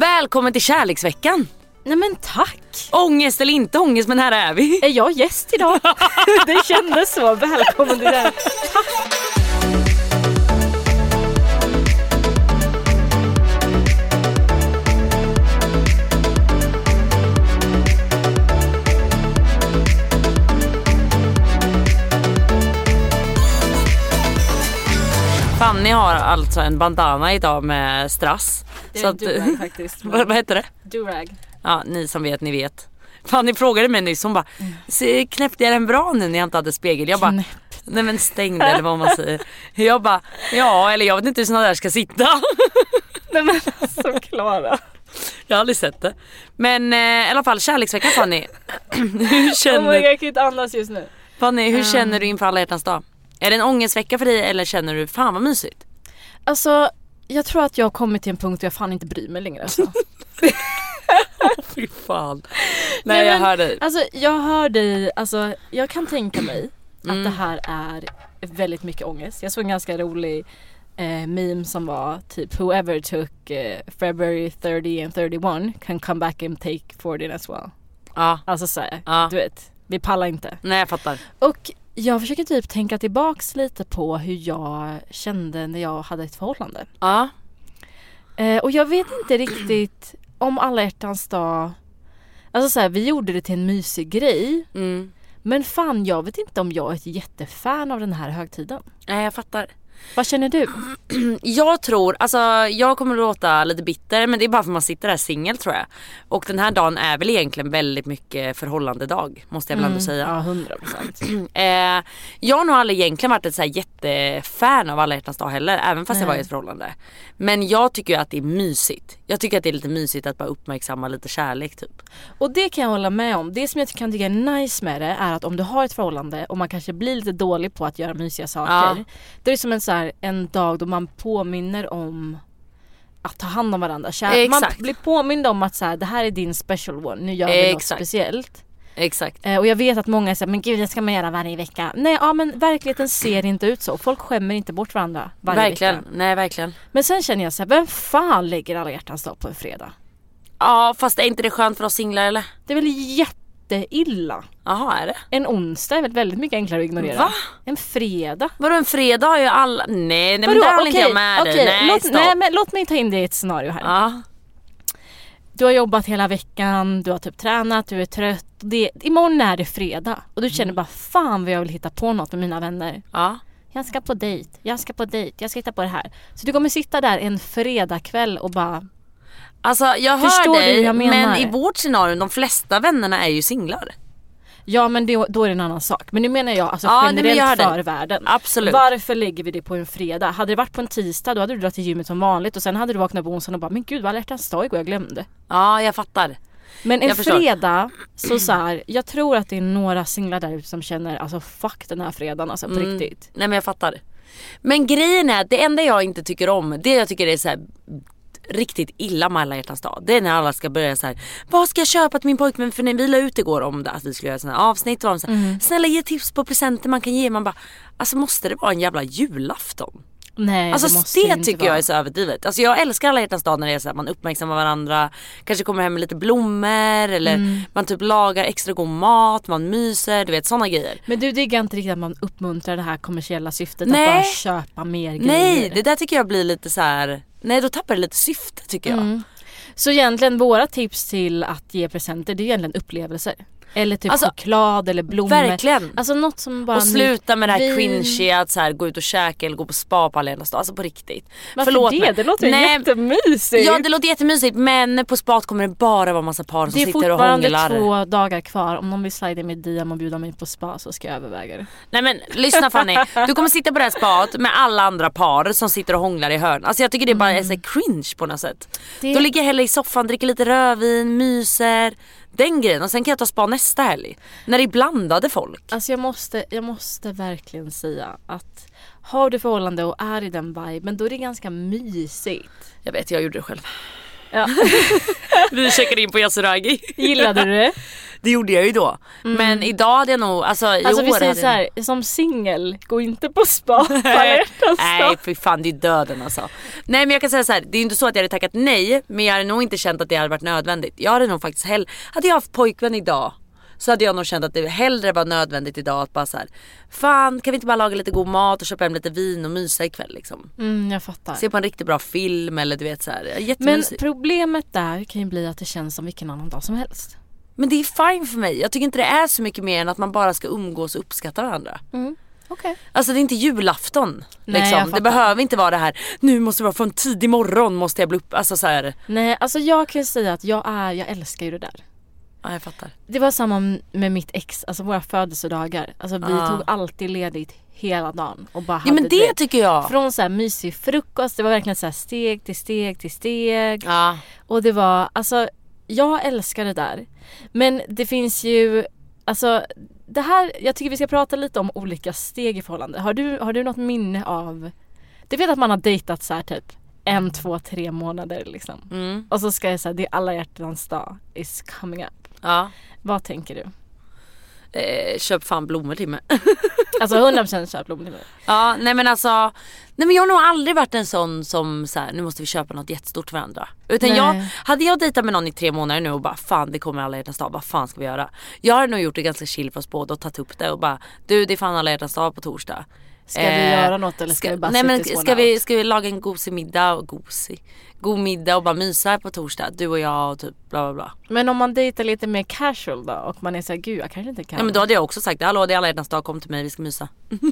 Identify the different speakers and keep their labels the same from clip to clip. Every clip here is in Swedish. Speaker 1: Välkommen till kärleksveckan!
Speaker 2: Nej men tack!
Speaker 1: Ångest eller inte ångest, men här är vi.
Speaker 2: Är jag gäst idag? det kändes så. Välkommen till den.
Speaker 1: Fanny har alltså en bandana idag med strass.
Speaker 2: Det är en durag faktiskt.
Speaker 1: vad, vad heter det?
Speaker 2: Durag.
Speaker 1: Ja, ni som vet, ni vet. Fanny frågade mig nyss, hon bara, "Se, knäppte jag den bra nu när jag inte hade spegel? Jag bara, nej men stäng det eller vad man säger. Jag bara, ja eller jag vet inte hur sådana där ska sitta.
Speaker 2: Nej men alltså Klara.
Speaker 1: Jag har aldrig sett det. Men eh, i alla fall kärleksveckan Fanny. hur
Speaker 2: Oh my God,
Speaker 1: känner,
Speaker 2: jag kan inte andas just nu.
Speaker 1: Fanny, hur känner du inför alla hjärtans dag? Är det en ångestvecka för dig eller känner du, fan vad mysigt?
Speaker 2: Alltså jag tror att jag har kommit till en punkt där jag fan inte bryr mig längre. Alltså.
Speaker 1: Fy fan. Nej,
Speaker 2: Nej,
Speaker 1: jag
Speaker 2: men-
Speaker 1: hör dig.
Speaker 2: Alltså jag hör dig, alltså jag kan tänka mig att
Speaker 1: Mm.
Speaker 2: det här är väldigt mycket ångest. Jag såg en ganska rolig eh, meme som var typ whoever took eh, February 30 and 31 can come back and take 40 as well.
Speaker 1: Ja,
Speaker 2: Alltså såhär,
Speaker 1: Ja.
Speaker 2: du vet, vi pallar inte.
Speaker 1: nej jag fattar.
Speaker 2: Och jag försöker typ tänka tillbaks lite på hur jag kände när jag hade ett förhållande.
Speaker 1: Ja,
Speaker 2: Eh, och jag vet inte riktigt om alla hjärtans dag, alltså såhär vi gjorde det till en mysig grej
Speaker 1: mm.
Speaker 2: men fan, jag vet inte om jag är ett jättefan av den här högtiden.
Speaker 1: nej jag fattar.
Speaker 2: Vad känner du?
Speaker 1: Mm, Jag tror, alltså jag kommer låta lite bitter men det är bara för man sitter där singel tror jag. Och den här dagen är väl egentligen väldigt mycket förhållandedag måste jag väl ändå säga.
Speaker 2: Ja, hundra procent.
Speaker 1: Eh, jag har nog aldrig egentligen varit ett så här jättefan av alla hjärtans dag heller även fast jag var i ett förhållande. Men jag tycker ju att det är mysigt. Jag tycker att det är lite mysigt att bara uppmärksamma lite kärlek typ.
Speaker 2: Och det kan jag hålla med om. Det som jag kan tycka är nice med det är att om du har ett förhållande och man kanske blir lite dålig på att göra mysiga saker.
Speaker 1: Ja.
Speaker 2: Då är det som en, så här, en dag då man påminner om att ta hand om varandra. Kär-
Speaker 1: Exakt.
Speaker 2: Man blir påmind om att så här, det här är din special one, nu gör vi något
Speaker 1: Exakt.
Speaker 2: speciellt.
Speaker 1: Exakt.
Speaker 2: Eh, och jag vet att många säger men gud det ska man göra varje vecka. Nej ja men verkligheten ser inte ut så. Folk skämmer inte bort varandra varje
Speaker 1: verkligen.
Speaker 2: vecka.
Speaker 1: Nej verkligen.
Speaker 2: Men sen känner jag så här, vem fan lägger alla hjärtans dag på en fredag?
Speaker 1: Ja fast är inte det skönt för oss singlar eller?
Speaker 2: Det är väl jätteilla.
Speaker 1: Jaha är det?
Speaker 2: En onsdag är väl väldigt mycket enklare att ignorera.
Speaker 1: Va?
Speaker 2: En fredag.
Speaker 1: Vadå en fredag har ju alla... Nej, nej men där håller inte jag med dig.
Speaker 2: okej,
Speaker 1: Nej,
Speaker 2: låt,
Speaker 1: stopp.
Speaker 2: nej men låt mig ta in dig i ett scenario här.
Speaker 1: Ja.
Speaker 2: Du har jobbat hela veckan, du har typ tränat, du är trött. Det, imorgon är det fredag och du
Speaker 1: Mm.
Speaker 2: känner bara fan vad jag vill hitta på något med mina vänner.
Speaker 1: Ja.
Speaker 2: Jag ska på dejt, jag ska på dejt, jag ska hitta på det här. Så du kommer sitta där en fredagkväll och bara
Speaker 1: Alltså jag
Speaker 2: Förstår
Speaker 1: hör
Speaker 2: du hur
Speaker 1: dig
Speaker 2: jag menar?
Speaker 1: men i vårt scenario de flesta vännerna är ju singlar.
Speaker 2: ja men det, då är det en annan sak. Men nu menar jag alltså
Speaker 1: Ja, nej, men
Speaker 2: generellt
Speaker 1: jag hör dig.
Speaker 2: för världen.
Speaker 1: Absolut.
Speaker 2: Varför lägger vi det på en fredag? Hade det varit på en tisdag då hade du dragit till gymmet som vanligt och sen hade du vaknat på onsdagen och bara men gud vad alla hjärtans dag igår jag glömde.
Speaker 1: Ja jag fattar.
Speaker 2: Men en
Speaker 1: Jag förstår.
Speaker 2: fredag, så, så här, jag tror att det är några singlar där ute som känner alltså fuck den här fredagen alltså på riktigt.
Speaker 1: Mm. Nej men jag fattar. Men grejen är att det enda jag inte tycker om det jag tycker är så här riktigt illa med alla hjärtans dag. Det är när alla ska börja så här. vad ska jag köpa till min pojkvän? För när vi la ut igår om det, att vi skulle göra sådana här avsnitt och de så här,
Speaker 2: Mm.
Speaker 1: snälla ge tips på presenter man kan ge. Man bara, alltså måste det vara en jävla julafton?
Speaker 2: Nej det
Speaker 1: Alltså
Speaker 2: måste
Speaker 1: det,
Speaker 2: ju inte
Speaker 1: tycker
Speaker 2: vara.
Speaker 1: jag är så överdrivet. Alltså jag älskar alla hjärtans dag när det är så här, man uppmärksammar varandra, kanske kommer hem med lite blommor eller
Speaker 2: Mm.
Speaker 1: man typ lagar extra god mat, man myser, du vet sådana grejer.
Speaker 2: Men du diggar inte riktigt att man uppmuntrar det här kommersiella syftet
Speaker 1: Nej.
Speaker 2: att bara köpa mer grejer. Mm.
Speaker 1: Nej det där tycker jag blir lite så här. nej då tappar det lite syfte tycker jag.
Speaker 2: Mm. Så egentligen våra tips till att ge presenter det är egentligen upplevelser. Eller typ
Speaker 1: Alltså,
Speaker 2: choklad eller blommor.
Speaker 1: Mm. verkligen.
Speaker 2: Alltså något som bara...
Speaker 1: Och sluta med det här
Speaker 2: Vin.
Speaker 1: cringy att så här, gå ut och käka eller gå på spa på alla hjärtans dag, alltså på riktigt.
Speaker 2: Varför
Speaker 1: Förlåt
Speaker 2: det?
Speaker 1: mig.
Speaker 2: Det låter ju
Speaker 1: Nej,
Speaker 2: jättemysigt.
Speaker 1: Ja det låter jättemysigt men på spat kommer det bara vara massa par som
Speaker 2: det är
Speaker 1: sitter och
Speaker 2: fortfarande
Speaker 1: hånglar.
Speaker 2: två dagar kvar. Om någon vill slida i mitt DM och bjuda mig på spa så ska jag överväga det.
Speaker 1: Nej men lyssna Fanny, du kommer sitta på det här spat med alla andra par som sitter och hånglar i hörn. Alltså jag tycker det bara är så här cringe på något sätt.
Speaker 2: Mm. Det-
Speaker 1: Då ligger jag hellre i soffan, dricker lite rödvin, myser. Den grejen och sen kan jag ta spa nästa helg. När det är blandade folk.
Speaker 2: Alltså jag måste, jag måste verkligen säga att har du förhållande och är i den viben då är det ganska mysigt.
Speaker 1: Jag vet jag gjorde det själv.
Speaker 2: Ja.
Speaker 1: Vi checkade in på Yasuragi.
Speaker 2: Gillade du det?
Speaker 1: Det gjorde jag ju då. Men idag hade jag nog, alltså i
Speaker 2: Mm. Alltså
Speaker 1: år
Speaker 2: vi säger
Speaker 1: hade
Speaker 2: så
Speaker 1: jag-
Speaker 2: här, som singel, gå inte på spa på alla hjärtans
Speaker 1: Nej
Speaker 2: dag.
Speaker 1: för fan det är döden alltså. Nej men jag kan säga så här, det är ju inte så att jag hade tackat nej men jag hade nog inte känt att det hade varit nödvändigt. Jag hade nog faktiskt hellre, hade jag haft pojkvän idag så hade jag nog känt att det hellre var nödvändigt idag att bara så här, fan kan vi inte bara laga lite god mat och köpa hem lite vin och mysa ikväll liksom.
Speaker 2: Mm, jag fattar.
Speaker 1: Se på en riktigt bra film eller du vet så här,
Speaker 2: Men
Speaker 1: jättemysigt. Men,
Speaker 2: problemet där kan ju bli att det känns som vilken annan dag som helst.
Speaker 1: men det är fine för mig, jag tycker inte det är så mycket mer än att man bara ska umgås och uppskatta varandra.
Speaker 2: Mm, Okej.
Speaker 1: Alltså det är inte julafton.
Speaker 2: Nej, jag
Speaker 1: liksom. Det
Speaker 2: fattar.
Speaker 1: behöver inte vara det här, nu måste det vara från tidig morgon måste jag bli upp. Alltså så här,
Speaker 2: Nej, alltså jag kan ju säga att jag är, jag älskar ju det där.
Speaker 1: ja jag fattar.
Speaker 2: Det var samma med mitt ex, alltså våra födelsedagar. Alltså vi
Speaker 1: Ja.
Speaker 2: tog alltid ledigt hela dagen och bara
Speaker 1: Ja
Speaker 2: hade
Speaker 1: men det tycker jag.
Speaker 2: Från så här mysig frukost, det var verkligen så här steg till steg till steg.
Speaker 1: Ja.
Speaker 2: Och det var, alltså jag älskar det där. Men det finns ju, alltså det här, jag tycker vi ska prata lite om olika steg i förhållande. Har du, har du något minne av, du vet att man har dejtat så här typ en, två, tre månader liksom.
Speaker 1: Mm.
Speaker 2: Och så ska jag säga, det är alla hjärtans dag is coming up.
Speaker 1: ja.
Speaker 2: Vad tänker du?
Speaker 1: Eh, köp fan blommor till mig.
Speaker 2: Alltså 100% köp blommor till mig.
Speaker 1: ja nej men alltså, nej men jag har nog aldrig varit en sån som så här, nu måste vi köpa något jättestort till varandra. Utan
Speaker 2: Nej.
Speaker 1: jag, hade jag dejtat med någon i tre månader nu och bara fan det kommer alla hjärtans dag, vad fan ska vi göra? Jag har nog gjort det ganska chill för oss båda och tagit upp det och bara du det är fan alla hjärtans dag på torsdag.
Speaker 2: Ska vi göra något eller Eh, ska vi bara
Speaker 1: nej,
Speaker 2: sitta
Speaker 1: men,
Speaker 2: i två
Speaker 1: ska,
Speaker 2: dagar?
Speaker 1: vi, ska vi laga en gosig middag och gosig, god middag och bara mysa här på torsdag, du och jag och typ bla bla bla.
Speaker 2: Men om man dejtar lite mer casual då och man är såhär, gud jag kanske inte kan.
Speaker 1: Ja men då hade jag också sagt hallå det är alla hjärtans dag, kom till mig vi ska mysa.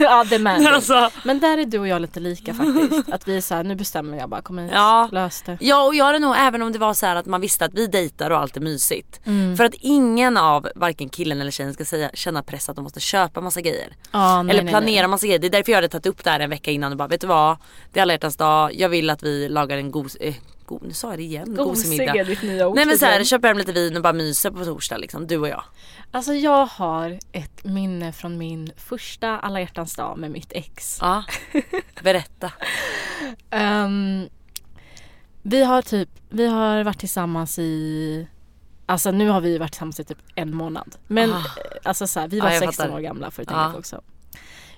Speaker 2: ja det med.
Speaker 1: Alltså.
Speaker 2: Men där är du och jag lite lika faktiskt. Att vi är såhär, nu bestämmer jag bara, kom hit,
Speaker 1: Ja.
Speaker 2: lös det.
Speaker 1: Ja och jag hade nog även om det var så här att man visste att vi dejtar och allt är mysigt.
Speaker 2: Mm.
Speaker 1: För att ingen av varken killen eller tjejen ska säga, känna press att de måste köpa massa grejer.
Speaker 2: Ja, nej,
Speaker 1: eller
Speaker 2: nej,
Speaker 1: planera massa grejer. Det är därför jag hade tagit upp det här en vecka innan och bara vet du vad. Det är alla hjärtans dag, jag vill att vi lagar en god, eh, god nu sa jag det igen,
Speaker 2: nej.
Speaker 1: gosig
Speaker 2: Gosig
Speaker 1: middag.
Speaker 2: är ditt nya ord.
Speaker 1: Nej men så här,
Speaker 2: tydligen.
Speaker 1: köper hem lite vin och bara myser på torsdag liksom, du och jag.
Speaker 2: Alltså jag har ett minne från min första alla hjärtans dag med mitt ex.
Speaker 1: Ja, berätta.
Speaker 2: Ehm, vi har typ, vi har varit tillsammans i Alltså nu har vi varit tillsammans i typ en månad. Men
Speaker 1: Ah.
Speaker 2: eh, alltså så här, vi
Speaker 1: Ja,
Speaker 2: var
Speaker 1: jag
Speaker 2: 16
Speaker 1: fattar. Ah.
Speaker 2: år gamla för att
Speaker 1: Ja.
Speaker 2: tänka på också.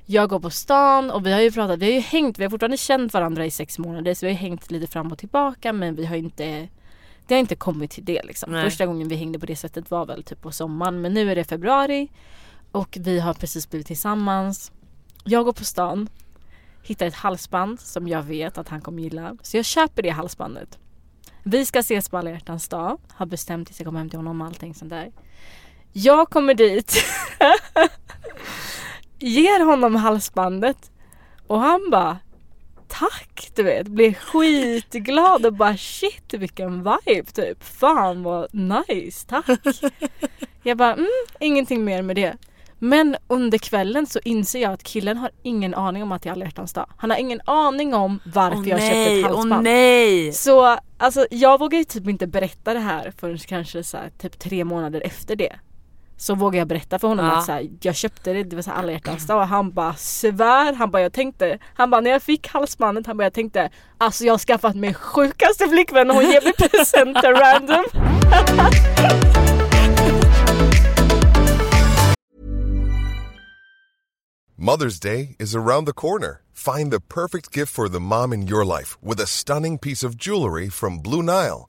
Speaker 2: Jag går på stan och vi har ju pratat, vi har ju hängt, vi har fortfarande känt varandra i sex månader så vi har ju hängt lite fram och tillbaka men vi har ju inte Det har inte kommit till det liksom.
Speaker 1: Nej.
Speaker 2: Första gången vi hängde på det sättet var väl typ på sommaren men nu är det februari och vi har precis blivit tillsammans. Jag går på stan, hittar ett halsband som jag vet att han kommer gilla. Så jag köper det halsbandet. Vi ska ses på alla hjärtans dag. Har bestämt att jag kommer hem till honom och allting sånt där. Jag kommer dit. ger honom halsbandet. Och han bara tack du vet. Blir skitglad och bara shit vilken vibe typ. Fan vad nice, tack. Jag bara mm, ingenting mer med det. Men under kvällen så inser jag att killen har ingen aning om att det är alla hjärtans dag. Han har ingen aning om varför
Speaker 1: Åh
Speaker 2: jag köpte ett
Speaker 1: nej, åh
Speaker 2: halsband.
Speaker 1: nej.
Speaker 2: Så alltså, jag vågar ju typ inte berätta det här förrän kanske så här, typ tre månader efter det. Så vågar jag berätta för honom
Speaker 1: Ja.
Speaker 2: att så här, jag köpte det, det var så här, alla hjärtans dag och han bara svär, han bara jag tänkte, han bara när jag fick halsbandet, han bara jag tänkte alltså jag har skaffat mig sjukaste flickvän och hon ger mig presenter random.
Speaker 3: Mother's Day is around the corner. Find the perfect gift for the mom in your life with a stunning piece of jewelry from Blue Nile.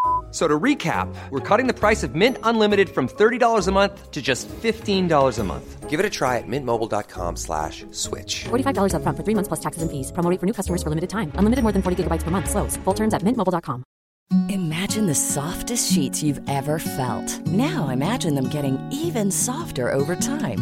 Speaker 4: So to recap, we're cutting the price of Mint Unlimited from $30 a month to just $15 a month. Give it a try at mintmobile.com slash switch.
Speaker 5: $45 upfront for three months plus taxes and fees. Promo rate for new customers for limited time. Unlimited more than 40 gigabytes per month. Slows. Full terms at mintmobile.com. Imagine the softest sheets you've ever felt. Now imagine them getting even softer over time.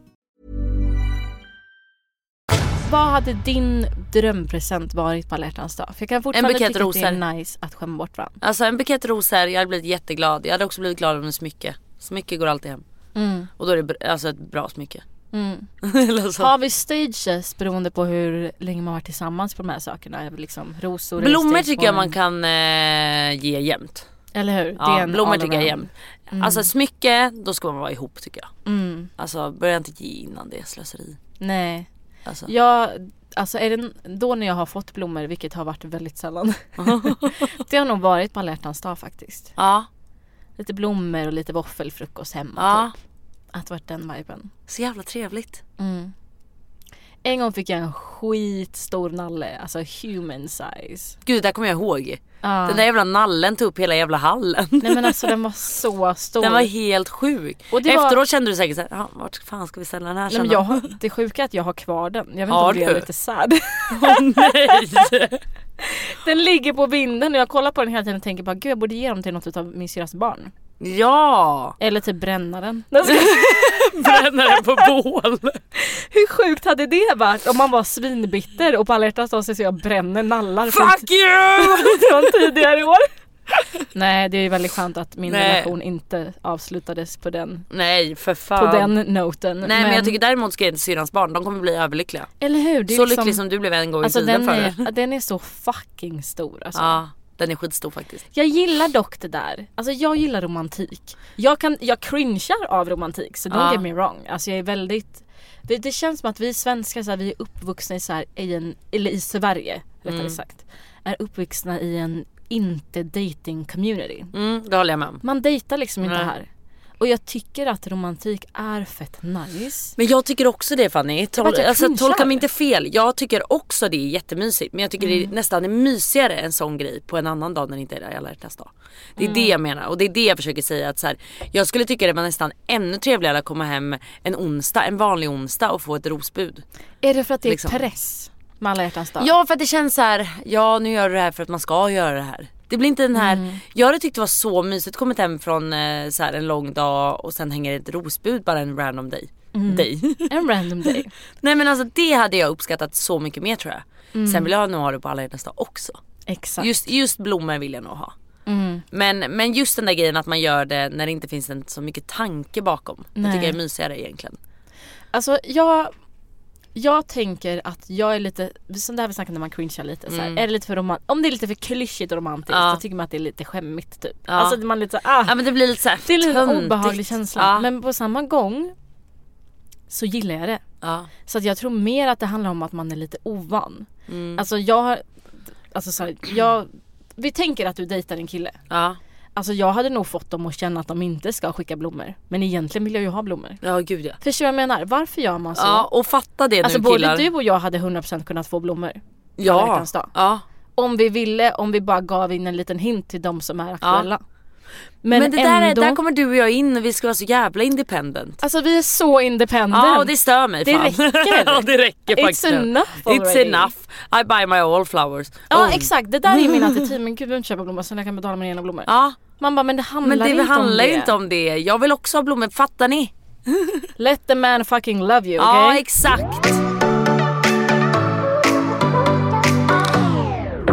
Speaker 2: Vad hade din drömpresent varit på alla hjärtans dag? För jag kan fortfarande
Speaker 1: bukett
Speaker 2: tycka att det
Speaker 1: rosor.
Speaker 2: är nice att skämma bort varandra.
Speaker 1: Alltså en bukett rosor, jag hade blivit jätteglad. Jag hade också blivit glad om en smycke. Smycke går alltid hem.
Speaker 2: Mm.
Speaker 1: Och då är det br- alltså ett bra smycke. Eller så.
Speaker 2: Har vi stages beroende på hur länge man varit tillsammans på de här sakerna? Liksom rosor är
Speaker 1: Blommor
Speaker 2: stage
Speaker 1: tycker jag
Speaker 2: one.
Speaker 1: man kan eh, ge jämt.
Speaker 2: Eller hur?
Speaker 1: Ja,
Speaker 2: en Mm.
Speaker 1: blommor
Speaker 2: all
Speaker 1: tycker jag
Speaker 2: around.
Speaker 1: jämt. Alltså smycke, då ska man vara ihop tycker jag.
Speaker 2: Mm.
Speaker 1: Alltså börja inte ge innan det är slöseri.
Speaker 2: Nej.
Speaker 1: Alltså.
Speaker 2: Jag, alltså är det n- då när jag har fått blommor, vilket har varit väldigt sällan. det har nog varit på alla hjärtans dag faktiskt.
Speaker 1: Ja,
Speaker 2: Lite blommor och lite våffelfrukost hemma.
Speaker 1: ja.
Speaker 2: Typ. Att varit den viben.
Speaker 1: Så jävla trevligt.
Speaker 2: En gång fick jag en skitstor nalle, alltså human size.
Speaker 1: Gud, det där kommer jag ihåg.
Speaker 2: Ja.
Speaker 1: Den där jävla nallen tog upp hela jävla hallen.
Speaker 2: Nej men alltså den var så stor.
Speaker 1: Den var helt sjuk.
Speaker 2: Och det var-
Speaker 1: Efteråt kände du säkert såhär, "Ja, vart fan ska vi ställa den här
Speaker 2: Nej,
Speaker 1: sen
Speaker 2: men
Speaker 1: då?"
Speaker 2: jag har, det sjuka är att jag har kvar den. Jag vet inte
Speaker 1: Har
Speaker 2: om det
Speaker 1: du?
Speaker 2: är lite sad.
Speaker 1: Åh, nej.
Speaker 2: Den ligger på vinden och jag kollar på den hela tiden och tänker bara gud jag borde ge dem till något av min syrras barn.
Speaker 1: Ja!
Speaker 2: Eller typ bränna den.
Speaker 1: Bränna den på bål.
Speaker 2: Hur sjukt hade det varit om man var svinbitter och på alla hjärtans dag så ser jag bränner nallar från,
Speaker 1: Fuck you!
Speaker 2: från tidigare år. Nej det är ju väldigt skönt att min
Speaker 1: Nej.
Speaker 2: relation inte avslutades på den,
Speaker 1: Nej för
Speaker 2: på
Speaker 1: fan.
Speaker 2: den noten.
Speaker 1: Nej men... jag tycker däremot ska jag ge till syrrans barn, de kommer bli överlyckliga.
Speaker 2: Eller hur? Det är
Speaker 1: Så
Speaker 2: liksom,
Speaker 1: lycklig som du blev en gång i
Speaker 2: alltså,
Speaker 1: tiden
Speaker 2: den,
Speaker 1: för det.
Speaker 2: är, den är så fucking stor alltså.
Speaker 1: Ja, den är skitstor faktiskt.
Speaker 2: Jag gillar dock det där. Alltså jag gillar romantik. Jag, kan, jag cringear av romantik så don't
Speaker 1: Ja.
Speaker 2: get me wrong. Alltså jag är väldigt det, det känns som att vi svenskar så här, vi är uppvuxna i, så här, i, en, eller i Sverige rättare sagt. Är uppvuxna i en inte dating community.
Speaker 1: Mm, det håller jag med om.
Speaker 2: Man dejtar liksom inte
Speaker 1: Nej.
Speaker 2: här. Och jag tycker att romantik är fett nice.
Speaker 1: Men jag tycker också det Fanny. Tol-
Speaker 2: vart jag
Speaker 1: alltså,
Speaker 2: cringear.
Speaker 1: tolka mig inte fel. Jag tycker också det är jättemysigt. Men jag tycker det är nästan är mysigare en sån grej på en annan dag när det inte är alla hjärtans dag. Det är det jag menar och det är det jag försöker säga att så här, jag skulle tycka det var nästan ännu trevligare att komma hem en onsdag, en vanlig onsdag och få ett rosbud.
Speaker 2: Är det för att det är
Speaker 1: Liksom.
Speaker 2: press med alla hjärtans dag?
Speaker 1: Ja för att det känns så här, ja nu gör du det här för att man ska göra det här. Det blir inte den här,
Speaker 2: Mm.
Speaker 1: jag hade tyckt det var så mysigt kommit hem från eh, så här, en lång dag och sen hänger ett rosbud bara en random day.
Speaker 2: Mm.
Speaker 1: day.
Speaker 2: En random day.
Speaker 1: Nej men alltså det hade jag uppskattat så mycket mer tror jag.
Speaker 2: Mm.
Speaker 1: Sen vill jag nog ha det på alla hjärtans dag också.
Speaker 2: Exakt.
Speaker 1: Just, just blommor vill jag nog ha.
Speaker 2: Mm.
Speaker 1: Men, men just den där grejen att man gör det när det inte finns en, så mycket tanke bakom. Det
Speaker 2: Nej.
Speaker 1: tycker jag är mysigare egentligen.
Speaker 2: Alltså jag, jag tänker att jag är lite, som det här vi snackade när man cringear lite så här, är det lite för roman- om det är lite för klyschigt och romantiskt
Speaker 1: Mm. Ja.
Speaker 2: så tycker man att det är lite skämmigt typ. Alltså att man är lite så här, ah,
Speaker 1: Ja men det blir lite såhär
Speaker 2: det är lite en
Speaker 1: töntigt.
Speaker 2: obehaglig känsla.
Speaker 1: Ja,
Speaker 2: Men på samma gång så gillar jag det.
Speaker 1: ja.
Speaker 2: Så att jag tror mer att det handlar om att man är lite ovan.
Speaker 1: Mm.
Speaker 2: Alltså jag, har- alltså så här, jag, vi tänker att du dejtar en kille.
Speaker 1: Ja,
Speaker 2: Alltså jag hade nog fått dem att känna att de inte ska skicka blommor. Men egentligen vill jag ju ha blommor.
Speaker 1: ja gud ja.
Speaker 2: Förstår du vad jag menar? Varför gör man så?
Speaker 1: Ja och fatta det
Speaker 2: Alltså
Speaker 1: nu
Speaker 2: både
Speaker 1: killar.
Speaker 2: du och jag hade 100% kunnat få blommor. Alla
Speaker 1: ja.
Speaker 2: hjärtans dag.
Speaker 1: ja.
Speaker 2: Om vi ville, om vi bara gav in en liten hint till de som är aktuella. Men,
Speaker 1: Men, det
Speaker 2: ändå,
Speaker 1: där, är- där kommer du och jag in och vi ska vara så jävla independent.
Speaker 2: alltså vi är så independent.
Speaker 1: Ja och det stör mig
Speaker 2: Det
Speaker 1: fan.
Speaker 2: räcker.
Speaker 1: ja det räcker
Speaker 2: It's
Speaker 1: faktiskt.
Speaker 2: enough
Speaker 1: It's
Speaker 2: already.
Speaker 1: enough. I buy my all flowers. Oh.
Speaker 2: Ja
Speaker 1: Own.
Speaker 2: exakt, det där är min attityd. Men gud jag behöver inte köpa blommor sen jag kan betala med egna blommor.
Speaker 1: Ja
Speaker 2: Man bara men det handlar
Speaker 1: men det
Speaker 2: inte om
Speaker 1: handlar
Speaker 2: det.
Speaker 1: ju inte om det. Jag vill också ha blommor, fattar ni?
Speaker 2: Let the man fucking love you, okej? Ah.
Speaker 1: Ja exakt.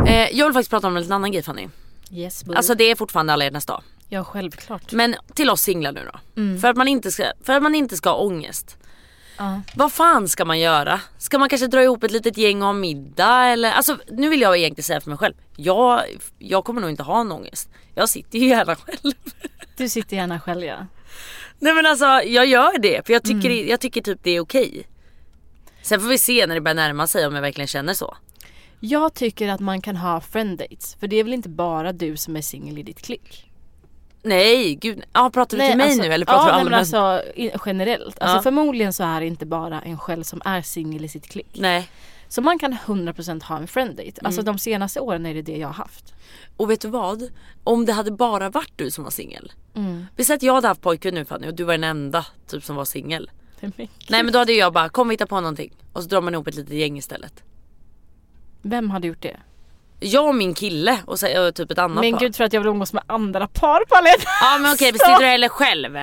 Speaker 1: Eh, jag vill faktiskt prata om en liten annan grej
Speaker 2: Mm.
Speaker 1: Fanny.
Speaker 2: yes boo.
Speaker 1: Alltså det är fortfarande alla hjärtans dag.
Speaker 2: ja självklart.
Speaker 1: Men till oss singlar nu då.
Speaker 2: Mm.
Speaker 1: För, att man inte ska, för att man inte ska ha ångest.
Speaker 2: Ja.
Speaker 1: Vad fan ska man göra? Ska man kanske dra ihop ett litet gäng och ha middag eller? Alltså nu vill jag egentligen säga för mig själv. Jag, jag kommer nog inte ha någon ångest. Jag sitter ju gärna själv.
Speaker 2: Du sitter gärna själv ja.
Speaker 1: Nej men alltså jag gör det för jag tycker,
Speaker 2: Mm.
Speaker 1: jag tycker typ det är okej. Sen får vi se när det börjar närma sig om jag verkligen känner så.
Speaker 2: Jag tycker att man kan ha friend dates. För det är väl inte bara du som är singel i ditt klick?
Speaker 1: Nej gud, ja pratar du till mig
Speaker 2: alltså-
Speaker 1: nu eller
Speaker 2: ja,
Speaker 1: pratar
Speaker 2: nej,
Speaker 1: du
Speaker 2: men
Speaker 1: allmänt?
Speaker 2: alltså i- generellt. Alltså
Speaker 1: Ja.
Speaker 2: förmodligen så är det inte bara en själv som är singel i sitt klick.
Speaker 1: Nej.
Speaker 2: Så man kan 100% ha en friend date. Alltså
Speaker 1: Mm.
Speaker 2: de senaste åren är det det jag har haft.
Speaker 1: Och vet du vad? Om det hade bara varit du som var singel. Vi säger att jag hade haft pojkvän nu Fanny och du var den enda typ som var singel. Nej men då hade ju jag bara, kom vi hittar på någonting. Och så drar man ihop ett litet gäng istället.
Speaker 2: Vem hade gjort det?
Speaker 1: Jag och min kille och, så, och typ ett annat
Speaker 2: Men
Speaker 1: par.
Speaker 2: gud tror att jag vill umgås med andra par på alla
Speaker 1: Ja men okej, vi sitter eller själv.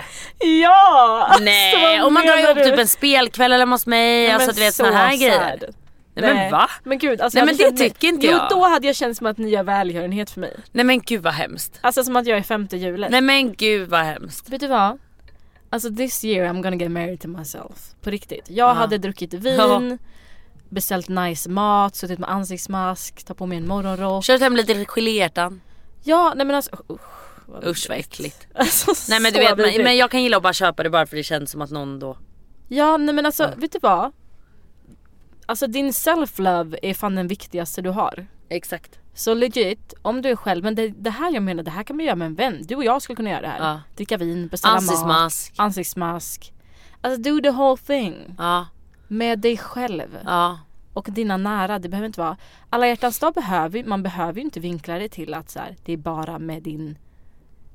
Speaker 2: Ja!
Speaker 1: Nej, om man drar ihop typ en spelkväll eller hemma hos mig. alltså du vet såna här grejer. Nej, men va?
Speaker 2: Men gud alltså
Speaker 1: Nej,
Speaker 2: jag
Speaker 1: men
Speaker 2: hade
Speaker 1: det
Speaker 2: känt mig-
Speaker 1: tycker inte
Speaker 2: jo,
Speaker 1: jag.
Speaker 2: Jo då hade jag känt som att ni gör välgörenhet för mig.
Speaker 1: Nej men gud vad hemskt.
Speaker 2: Alltså som att jag är femte hjulet.
Speaker 1: Nej men gud vad hemskt.
Speaker 2: Vet du vad? Alltså this year I'm gonna get married to myself. På riktigt. Jag hade druckit vin,
Speaker 1: Ja.
Speaker 2: beställt nice mat, suttit med ansiktsmask, tagit på mig en morgonrock.
Speaker 1: Köpt hem lite geléhjärtan.
Speaker 2: Ja nej men alltså usch. Vad
Speaker 1: Usch vad äckligt.
Speaker 2: Alltså,
Speaker 1: Nej men du
Speaker 2: så
Speaker 1: vet, men,
Speaker 2: vidrigt.
Speaker 1: men jag kan gilla att bara köpa det bara för det känns som att någon då.
Speaker 2: Ja nej men alltså vet du vad? Alltså din self-love är fan den viktigaste du har.
Speaker 1: Exakt.
Speaker 2: Så legit, om du är själv, men det, det här jag menar, det här kan man göra med en vän. Du och jag skulle kunna göra det här.
Speaker 1: Ja.
Speaker 2: Dricka vin, beställa mat,
Speaker 1: Ansiktsmask.
Speaker 2: ansiktsmask. Alltså do the whole thing.
Speaker 1: Ja,
Speaker 2: Med dig själv
Speaker 1: ja.
Speaker 2: och dina nära. Det behöver inte vara, alla hjärtans dag behöver man behöver ju inte vinkla det till att så här, det är bara med din